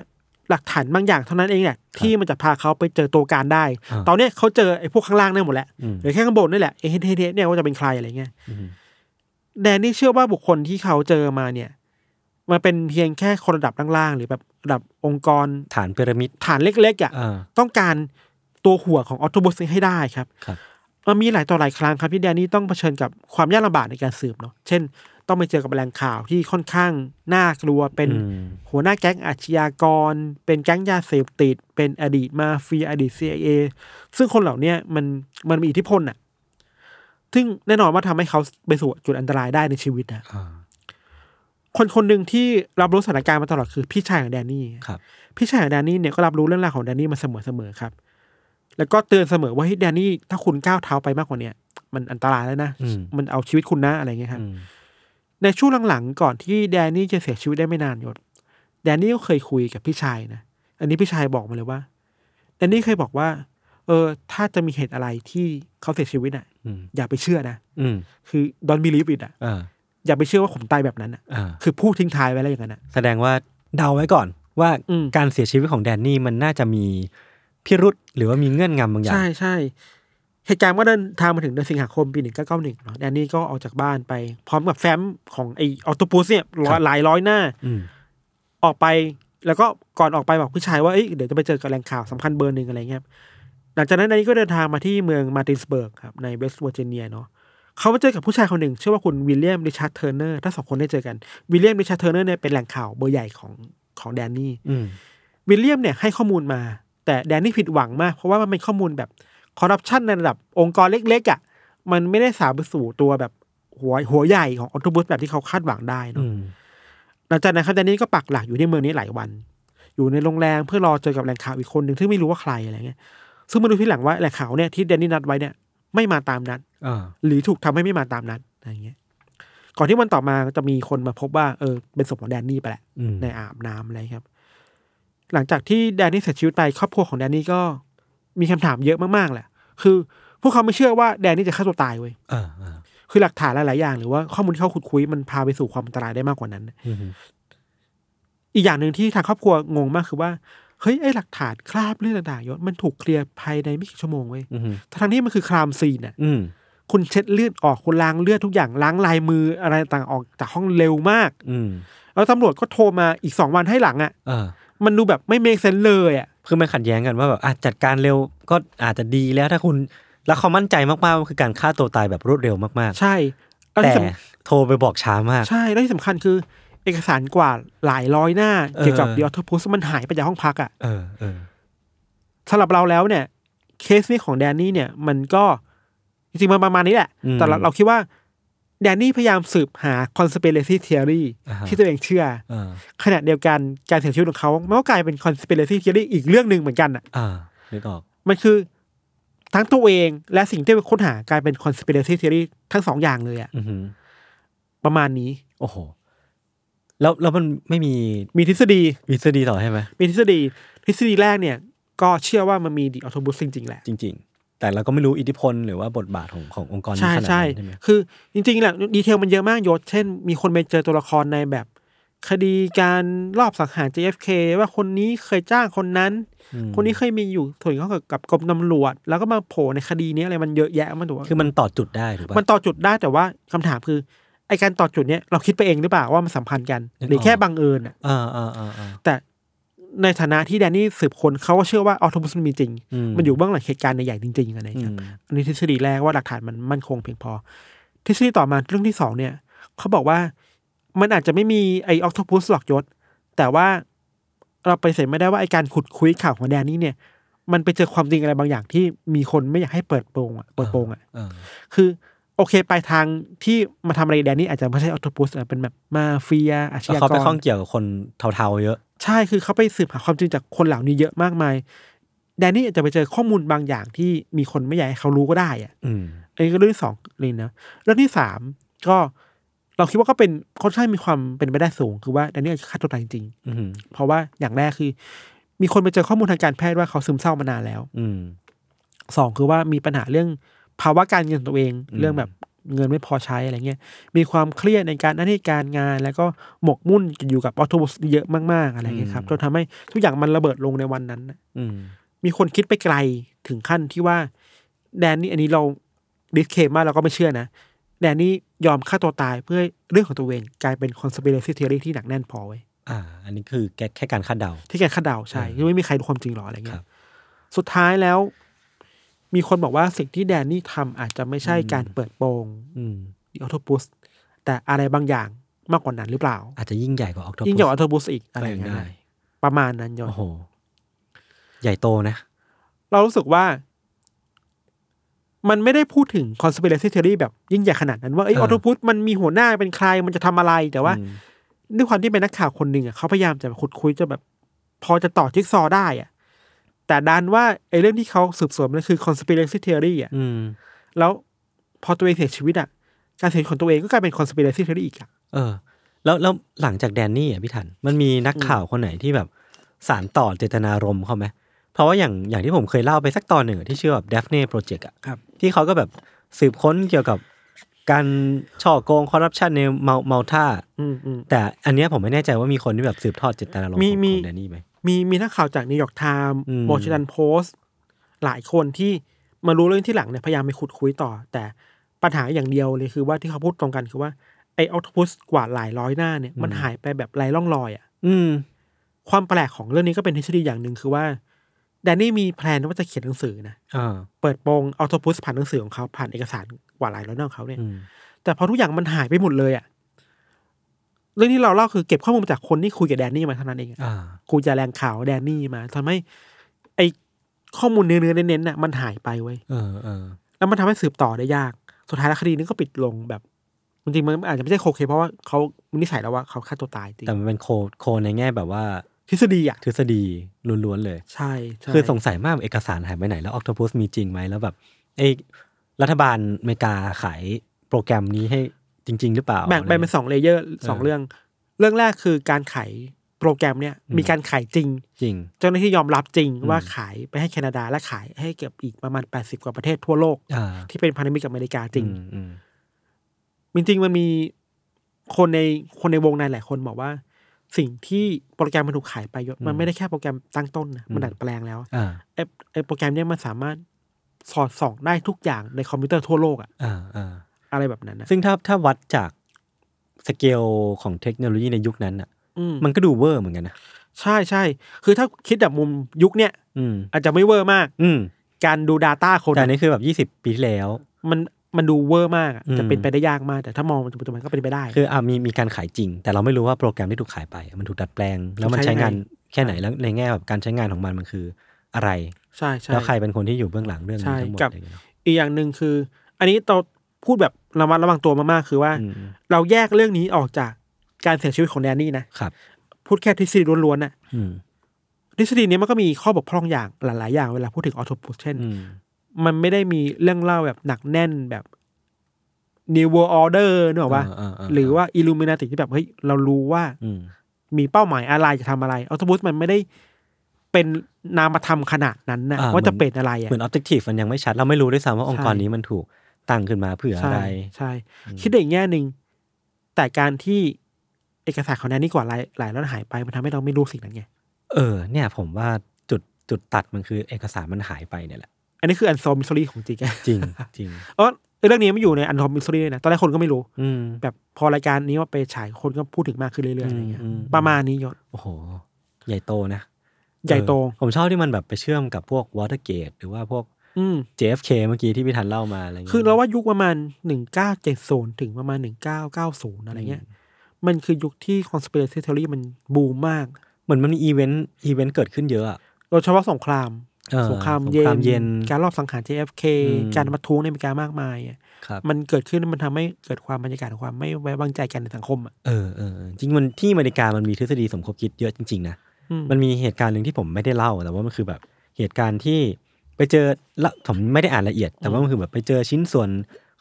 หลักฐานบางอย่างเท่านั้นเองแหละที่มันจะพาเขาไปเจอตัวการได้ อ่า ตอนเนี้ยเขาเจอไอ้พวกข้างล่างได้หมดแล้ว อืม เหลือแค่ข้างบนนี่แหละเอเฮเทเนี่ยว่าจะเป็นใครอะไรเงี้ย อืม แดนนี่เชื่อว่าบุคคลที่เขาเจอมาเนี่ย มันเป็นเพียงแค่คนระดับล่างๆหรือแบบระดับองค์กร ฐานพีระมิด ฐานเล็กๆอ่ะ อ่า ต้องการตัวหัวของออโตบอสให้ได้ครับ ครับ มันมีหลายต่อหลายครั้งครับที่แดนนี่ต้องเผชิญกับความยากลำบากในการสืบเนาะ เช่น ต้องไปเจอกับแหล่งข่าวที่ค่อนข้างน่ากลัว เป็น อืม หัวหน้าแก๊งอาชญากร เป็นแก๊งยาเสพติด เป็นอดีตมาเฟียอดีต CIA ซึ่งคนเหล่าเนี้ยมันมันมีอิทธิพลน่ะ ซึ่งแน่นอนว่าทำให้เขาไปสู่จุดอันตรายได้ในชีวิตนะ อ่า คนคนหนึ่งที่รับรู้สถานการณ์มาตลอดคือพี่ชายของแดนนี่ ครับ พี่ชายของแดนนี่เนี่ยก็รับรู้เรื่องราวของแดนนี่มาเสมอๆครับ แล้วก็เตือนเสมอว่าเฮ้ยแดนนี่ถ้าคุณก้าวเท้าไปมากกว่าเนี้ยมันอันตรายแล้วนะ อืม มันเอาชีวิตคุณนะอะไรเงี้ยครับ อืม ในช่วงหลังๆก่อนที่แดนนี่จะเสียชีวิตได้ไม่นานยศ แดนนี่ก็เคยคุยกับพี่ชายนะ อันนี้พี่ชายบอกมาเลยว่า แดนนี่เคยบอกว่า เออ ถ้าจะมีเหตุอะไรที่เขาเสียชีวิตอ่ะ อืม อย่าไปเชื่อนะ อืม คือ don't believe it อ่ะ อ่า อย่าไปเชื่อว่าผมตายแบบนั้นอ่ะ อ่า คือพูดทิ้งท้ายไว้แล้วอย่างนั้นอ่ะ แสดงว่าเดาไว้ก่อนว่า อืม การเสียชีวิตของแดนนี่มันน่าจะมีพิรุษหรือว่ามีเงื่อนงำบางอย่าง ใช่ใช่เหตุการณ์ก็เดินทางมาถึงเดือนสิงหาคมปีหนึ่งเก้าเก้าหนึ่งเนาะแดนนี่ก็ออกจากบ้านไป พร้อมกับแฟ้มของไอออโตปูสเนี่ยร้อยหลายร้อยหน้า อืม ออกไป แล้วก็ก่อนออกไปบอกผู้ชายว่าเอ้ยเดี๋ยวจะไปเจอกับแหล่งข่าวสำคัญเบอร์หนึ่งอะไรเงี้ยครับหลังจากนั้นแดนนี่ก็เดินทางมาที่เมืองมาร์ตินสเบิร์กครับในเวสต์เวอร์จิเนียเนาะเขาไปเจอกับผู้ชายคนหนึ่งชื่อว่าคุณวิลเลียมริชาร์ดเทอร์เนอร์ถ้าสองคนได้เจอกันวิลเลียมริชาร์ดเทอร์เนอร์เนี่ยเป็นแหล่งข่าวเบอร์ใหญ่ของของแดนนี่ อืม วิลเลียมเนี่ยให้ข้อมูลมา แต่แดนนี่ผิดหวังมาก เพราะว่ามันเป็นข้อมูลแบบคอร์รัปชันในระดับองค์กรเล็กๆอะ่ะมันไม่ได้สาวไปสู่ตัวแบบหัวหัวใหญ่ของออโตบุสแบบที่เขาคาดหวังได้ อื เนาะ ม หลังจากนั้นครับแดนนี่ก็ปักหลักอยู่ในเมืองนี้หลายวัน อยู่ในโรงแรมเพื่อรอเจอกับแหล่งข่าวอีกคนหนึ่งซึ่งไม่รู้ว่าใครอะไรเงี้ยซึ่งมาดูที่หลังว่าแหล่งข่าวเนี่ยที่แดนนี่นัดไว้เนี่ยไม่มาตามนัด อ่า หรือถูกทำให้ไม่มาตามนัดอะไรเงี้ยก่อนที่วันต่อมาจะมีคนมาพบว่าเออเป็นศพของแดนนี่ไปแหละ อืม ในอาบน้ำอะไรครับ หลังจากที่แดนนี่เสียชีวิตไปครอบครัวของแดนนี่ก็มีคำถามเยอะมากๆแหละ คือพวกเขาไม่เชื่อว่าแดนนี่จะฆ่าตัวตายเว้ย อ่าอ่า คือหลักฐานหลายๆอย่างหรือว่าข้อมูลที่เขาขุดคุยมันพาไปสู่ความอันตรายได้มากกว่านั้น อืม อีกอย่างหนึ่งที่ทางครอบครัวงงมากคือว่า เฮ้ยไอ้หลักฐานคราบเลือดต่างๆยศมันถูกเคลียร์ภายในไม่กี่ชั่วโมงเว้ย อือหือ ทั้งที่มันคือครามซีนอ่ะ อืม คุณเช็ดเลือดออกคุณล้างเลือดทุกอย่างล้างลายมืออะไรต่างๆออกจากห้องเร็วมาก อืม แล้วตำรวจก็โทรมาอีกสองวันให้หลังอ่ะ เออ มันดูแบบไม่เมคเซนเลยอ่ะ คือมันขัดแย้งกันว่าแบบอ่ะจัดการเร็วก็อาจจะดีแล้วถ้าคุณแล้วเขามั่นใจมากๆว่าคือการฆ่าตัวตายแบบรวดเร็วมาก ใช่ ๆ แล้ว แต่ ที่สำ โทรไปบอกช้ามาก ใช่ แล้วที่สำคัญคือ เอกสารกว่าหลายร้อยหน้า เออ เกี่ยวกับ The Octopus มันหายไปจากห้องพักอะ่ะ เออเออ สำหรับเราแล้วเนี่ย เคสนี้ของแดนนี่เนี่ย มันก็จริงๆมันประมาณนี้แหละ แต่เราเราคิดว่า แดนนี่พยายามสืบหา conspiracy theory อ่าฮะ ที่ตัวเองเชื่อ เออ ขณะเดียวกันการเสียชีวิตของเขามันก็กลายเป็น conspiracy theory อีกเรื่องหนึ่งเหมือนกันอ่ะ อ่านึกออก มันคือทั้งตัวเองและสิ่งที่ไปค้นหากลายเป็น conspiracy theory ทั้งสองอย่างเลยอ่ะ อือหือ ประมาณนี้ โอ้โห แล้วแล้วมันไม่มี มีทฤษฎี วิสดีต่อใช่ไหม มีทฤษฎีทฤษฎีแรกเนี่ยก็เชื่อว่ามันมีดิออโตบุสจริงๆแหละ จริง ๆ แต่เราก็ไม่รู้อิทธิพลหรือว่าบทบาทของขององค์กรนี้ ใช่ ขนาด ใช่ นั้นใช่ไหม คือจริงๆแหละดีเทลมันเยอะมากยศเช่น มีคนไปเจอตัวละครในแบบ คดีการรอบสังหาร JFK ว่าคนนี้เคยจ้างคนนั้น อืม คนนี้เคยมีอยู่ส่วนเกี่ยวข้องกับกรมตำรวจ แล้วก็มาโผล่ในคดีนี้อะไรมันเยอะแยะมันตัว คือมันต่อจุดได้ถูกปะ มันต่อจุดได้แต่ว่าคำถามคือไอการต่อจุดเนี้ยเราคิดไปเองหรือเปล่าว่ามันสัมพันธ์กัน นึกออก หรือแค่บังเอิญอะ อ่าอ่าอ่าอ่า แต่ในฐานะที่แดนนี่สืบคนเขาก็เชื่อว่าออโตบุสมันมีจริง อื มันอยู่เบื้องหลังเหตุการณ์ใหญ่ๆจริงๆอะไร อื เงี้ย ม อันนี้ทฤษฎีแรกว่าหลักฐานมันมั่นคงเพียงพอ ทฤษฎีต่อมาเรื่องที่สองเนี่ย เขาบอกว่ามันอาจจะไม่มีไอออกโทพุสหรอกยศ แต่ว่าเราไปฏิเสร็จไม่ได้ว่าไอการขุดคุยข่าวของแดนนี่เนี่ย มันไปเจอความจริงอะไรบางอย่างที่มีคนไม่อยากให้เปิดโปงอะเปิดโปงอะ เออ คือ โอเคปลายทางที่มาทำอะไรแดนนี่อาจจะไม่ใช่ออโตพุสเป็นแบบมาเฟียอาช แล้ว ญา เขา ก ไปข้อ รง เกี่ยวกับคนเทาๆเยอะ ใช่คือเขาไปสืบหาความจริงจากคนเหล่านี้เยอะมากมาย แดนนี่อาจจะไปเจอข้อมูลบางอย่างที่มีคนไม่อยากให้เขารู้ก็ได้อะ อืม อันนี้ก็เรื่องที่สองเลยนะเรื่องที่สามก็เราคิดว่าก็เป็นค่อนข้างมีความเป็นไปได้สูง คือว่าแดนนี่อาจจะฆ่าตัวตายจริง อืม ๆเพราะว่าอย่างแรกคือ มีคนไปเจอข้อมูลทางการแพทย์ว่าเขาซึมเศร้ามานานแล้ว อืม สองคือว่ามีปัญหาเรื่องภาวะการเงินตัวเอง อืม เรื่องแบบเงินไม่พอใช้อะไรเงี้ยมีความเครียดในการหน้าที่การงาน แล้วก็หมกมุ่นอยู่กับออโตบสเยอะมากๆอะไรเงี้ยครับจนทำให้ทุกอย่างมันระเบิดลงในวันนั้นน่ะ อืม มีคนคิดไปไกลถึงขั้นที่ว่า แดนนี่อันนี้เราดิสเคมมากเราก็ไม่เชื่อนะ แดนนี่ยอมฆ่าตัวตายเพื่อเรื่องของตัวเองกลายเป็นคอน spiracy theory ที่หนักแน่นพอไว้ย อ่า อันนี้คือแค่แค่การคาดเดา ที่แกคาดเดาใช่ อืม คือไม่มีใครรู้ความจริงหรออะไรเงี้ ครั ย บ สุดท้ายแล้ว มีคนบอกว่าสิ่งที่แดนนี่ทำอาจจะไม่ใช่การเปิดโปง อืม ออโตบุสแต่อะไรบางอย่างมากกว่านั้นหรือเปล่า อาจจะยิ่งใหญ่กว่าออกโต ยิ่งใหญ่กว่าออโตบุสอีกอะไร ไร อย่างเงี้ย ได้ นะประมาณนั้นยศ โอ้โห ใหญ่โตนะ เรารู้สึกว่า มันไม่ได้พูดถึง conspiracy theory แบบยิ่งใหญ่ขนาดนั้นว่าไอ้อ เออ อโตพุสมันมีหัวหน้าเป็นใครมันจะทำอะไร แต่ว่า อืม ด้วยความที่เป็นนักข่าวคนหนึ่งอะเขาพยายามจะขุดคุยจะแบบ พอจะต่อจิ๊กซอว์ได้อะแต่ดันว่าไอ้เรื่องที่เขาสืบสวนมันคือ conspiracy theory อะ อืม แล้วพอตัวเองเสียชีวิตอะการเสียชีวิตของตัวเองก็กลายเป็น conspiracy theory อีกอะ เออ แล้วแล้วหลังจากแดนนี่อ่ะพี่ทัน มันมีนักข่าวคนไหนที่แบบสารต่อเจตนารมณ์เขาไหมเพราะว่าอย่างอย่างที่ผมเคยเล่าไปสักตอนหนึ่งอะที่ชื่อแบบเดฟเน่โปรเจกต์อ่ะที่เขาก็แบบสืบค้นเกี่ยวกับการช่อโกงคอร์รัปชันในเมาเมาท่า อืมอืม แต่อันเนี้ยผมไม่แน่ใจว่ามีคนที่แบบสืบทอดเจตนารมณ์ มี ของ มี ของแดนนี่ไหม มีมีนักข่าวจากนิวยอร์กไทม์ อืม วอชิงตันโพสต์หลายคนที่มารู้เรื่องที่หลังเนี่ยพยายามไปขุดคุยต่อ แต่ปัญหาอย่างเดียวเลยคือว่าที่เขาพูดตรงกันคือว่าไอออโตพุสกว่าหลายร้อยหน้าเนี่ยมันหายไปแบบไร้ร่องรอยอะ่ะ อืม ความแปลกของเรื่องนี้ก็เป็นทฤษฎีอย่างหนึ่งคือว่าแดนนี่มีแพลนว่าจะเขียนหนังสือนะ อ่า เปิดโปงออโตพุสผ่านหนังสือของเขาผ่านเอกสารกว่าหลายร้อยหน้าของเขาเนี่ย อืม แต่พอทุกอย่างมันหายไปหมดเลยอะ่ะเรื่องที่เราเล่าคือเก็บข้อมูลมาจากคนที่คุยกับแดนนี่มาเท่านั้นเองอะ อ่า กูจะแรงข่าวแดนนี่มาทำให้ไอข้อมูลเนื้อๆเน้นๆน่ะมันหายไปเว้ย เออเออ แล้วมันทำให้สืบต่อได้ยาก สุดท้ายแล้วคดีนี้ก็ปิดลงแบบจริงๆมันอาจจะไม่ใช่โคเค เพราะว่าเขาวินิจฉัยแล้วว่าเขาฆ่าตัวตายจริง แต่มันเป็นโคโคในแง่แบบว่า ทฤษฎีอ่ะ ทฤษฎีล้วนๆเลย ใช่ใช่ คือสงสัยมากเอกสารหายไปไหนแล้วออ t ต p พ s มีจริงไหมแล้วแบบเอยรัฐบาลอเมริกาขายโปรแกรมนี้ให้จริง ๆ หรือเปล่า แบ่งไป อะไร เป็เงี้นย สองเลเยอร์สอง เออ เรื่อง เรื่องแรกคือการขายโปรแกรมเนี่ย อืม มีการขายจริง จริง เจ้าหน้าที่ยอมรับจริง อืม ว่าขายไปให้แคนาดาและขายให้เก็บอีกประมาณ 80 กว่าประเทศทั่วโลก อ่า ที่เป็นพันธมิตรกับอเมริกาจริง อืมอืม จริงๆมันมีคนในคนในวงในหลายคนบอกว่า สิ่งที่โปรแกรมมันถูกขายไปยศมั อื น ม ไม่ได้แค่โปรแกรมตั้งต้นนะมัน อืม ดัดแปลงแล้ว อ่า ไอ้ไอ้โปรแกรมเนี้ยมันสามารถสอดส่องได้ทุกอย่างในคอมพิวเตอร์ทั่วโลกอะ อ่าอ่า อะไรแบบนั้นนะ ซึ่งถ้าถ้าวัดจากสเกลของเทคโนโลยีในยุคนั้นอ่ะ อืม มันก็ดูเวอร์เหมือนกันนะ ใช่ใช่คือถ้าคิดแบบมุมยุคเนี้ย อืม อาจจะไม่เวอร์มาก อืม การดู Data คน แต่อันอะนี่คือแบบยี่สิบ20 ปีที่แล้ว มันมันดูเวอร์มากอะ อืม จะเป็นไปได้ยากมาก แต่ถ้ามองปัจจุบันก็เป็นไปได้ คืออ่ะมีมีการขายจริง แต่เราไม่รู้ว่าโปรแกรมที่ถูกขายไป มันถูกดัดแปลง แล้วมันใช้ใช้ยังไง งานแค่ไหนแล้วในแง่แบบการใช้งานของมันมันคืออะไร ใช่ใช่ แล้วใครเป็นคนที่อยู่เบื้องหลังเรื่องนี้ ใช่ ทั้งหมด กับ อะไรอย่างเงี้ยเนอะ อีกอย่างหนึ่งคือ อันนี้เราพูดแบบระมัดระวังตัวมากๆคือว่า อืม เราแยกเรื่องนี้ออกจากการเสียชีวิตของแดนนี่นะครับ พูดแค่ทฤษฎีล้วนๆน่ะ อืม ทฤษฎีนี้มันก็มีข้อบกพร่องอย่างหลายๆอย่างเวลาพูดถึงออโตพูเช่น อืม มันไม่ได้มีเรื่องเล่าแบบหนักแน่นแบบ New World Order นึกออกปะ เเเห รือว่าอิลูมินาติที่แบบเฮ้ยเรารู้ว่า อืม มีเป้าหมายอะไรจะทำอะไรออโตบูสมันไม่ได้เป็นนามธรรมขนาดนั้นนะ อ่ ว่าจะเป็นอะไร เห อ่ะ มือนออบเจกตีฟมันยังไม่ชัด เราไม่รู้ด้วยซ้ำว่าองค์กร ใช่ นี้มันถูกตั้งขึ้นมาเพื่ออะ ใช่ ไร ใช่ คิดได้อีกแง่หนึ่งแต่การที่เอกสารของแนนนี่กว่าหลายหลายล้านหายไปมันทำให้เราไม่รู้สิ่งนั้นไง เออ เนี่ยผมว่าจุดจุดตัดมันคือเอกสารมันหายไปเนี่ยแหละ อันนี้คืออันซอมิสซรีของจริงอะ <laughs> จ <laughs> ริงจริง เออเรื่องนี้ไม่อยู่ในอันซอมิสซรีเลยนะตอนแรกคนก็ไม่รู้ อืม แบบพอรายการนี้ว่าไปฉายคนก็พูดถึงมากขึ้นเรื่อยๆอะไรเงี้ย อืมอืม ประมาณนี้ยศ โอ้โห ใหญ่โตนะ ใหญ่โต เออผมชอบที่มันแบบไปเชื่อมกับพวกวอเตอร์เกตหรือว่าพวก อืม JFK เมื่อกี้ที่พี่ทันเล่ามาอะไรเงี้ย คือเราว่ายุคประมาณหนึ่งเก้าเจ็ดศูนย์ถึงประมาณหนึ่งเก้าเก้าศูนย์อะไรเงี้ย มันคือยุคที่ conspiracy theory มันบูมมาก เหมือนมันมีอีเวนต์อีเวนต์เกิดขึ้นเยอะอะ โดยเฉพาะสงคราม เออ สงคราม สง เย็ ครามเย็น น การรอบสังหาร JFK อืม การประท้วงในอเมริกามากมายอะ ครับ มันเกิดขึ้นมันทำให้เกิดความบรรยากาศของความไม่ไว้วางใจกันในสังคมอ่ะ เออเออเออจริงมันที่อเมริกามันมีทฤษฎีสมคบคิดเยอะจริงๆนะ อืม มันมีเหตุการณ์หนึ่งที่ผมไม่ได้เล่าแต่ว่ามันคือแบบเหตุการณ์ที่ไปเจอละผมไม่ได้อ่านละเอียด แต่ว่ามันคือแบบไปเจอชิ้นส่วน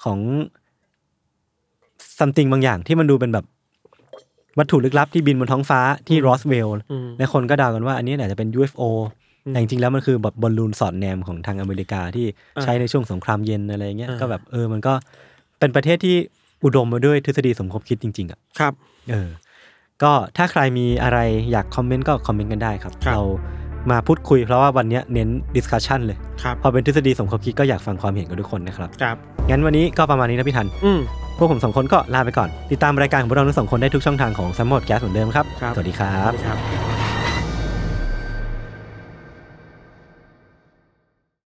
ของ something บางอย่างที่มันดูเป็นแบบวัตถุลึกลับที่บินบนท้องฟ้าที่รอสเวลล์ อืม และคนก็เดากันว่าอันนี้อาจจะเป็น UFO อืม แต่จริงๆแล้วมันคือแบบบอลลูนสอดแนมของทางอเมริกาที่ อ่า ใช้ในช่วงสงครามเย็นอะไรเงี้ย อ่า ก็แบบเออมันก็เป็นประเทศที่อุดมไปด้วยทฤษฎีสมคบคิดจริง ๆอ่ะ ครับ เออ ก็ถ้าใครมีอะไรอยากคอมเมนต์ก็คอมเมนต์กันได้ครับ ครับ เรามาพูดคุยเพราะว่าวันเนี้ยเน้นดิสคัชชันเลย ครับ พอเป็นทฤษฎีสมคบคิดก็อยากฟังความเห็นกันทุกคนนะครับ ครับ งั้นวันนี้ก็ประมาณนี้นะพี่ทัน อืม พวกผมสองคนก็ลาไปก่อน ติดตามรายการของพวกเราทั้งสองคนได้ทุกช่องทางของสมอดแก๊สเหมือนเดิมครับ ครับ สวัสดีครับ ครับ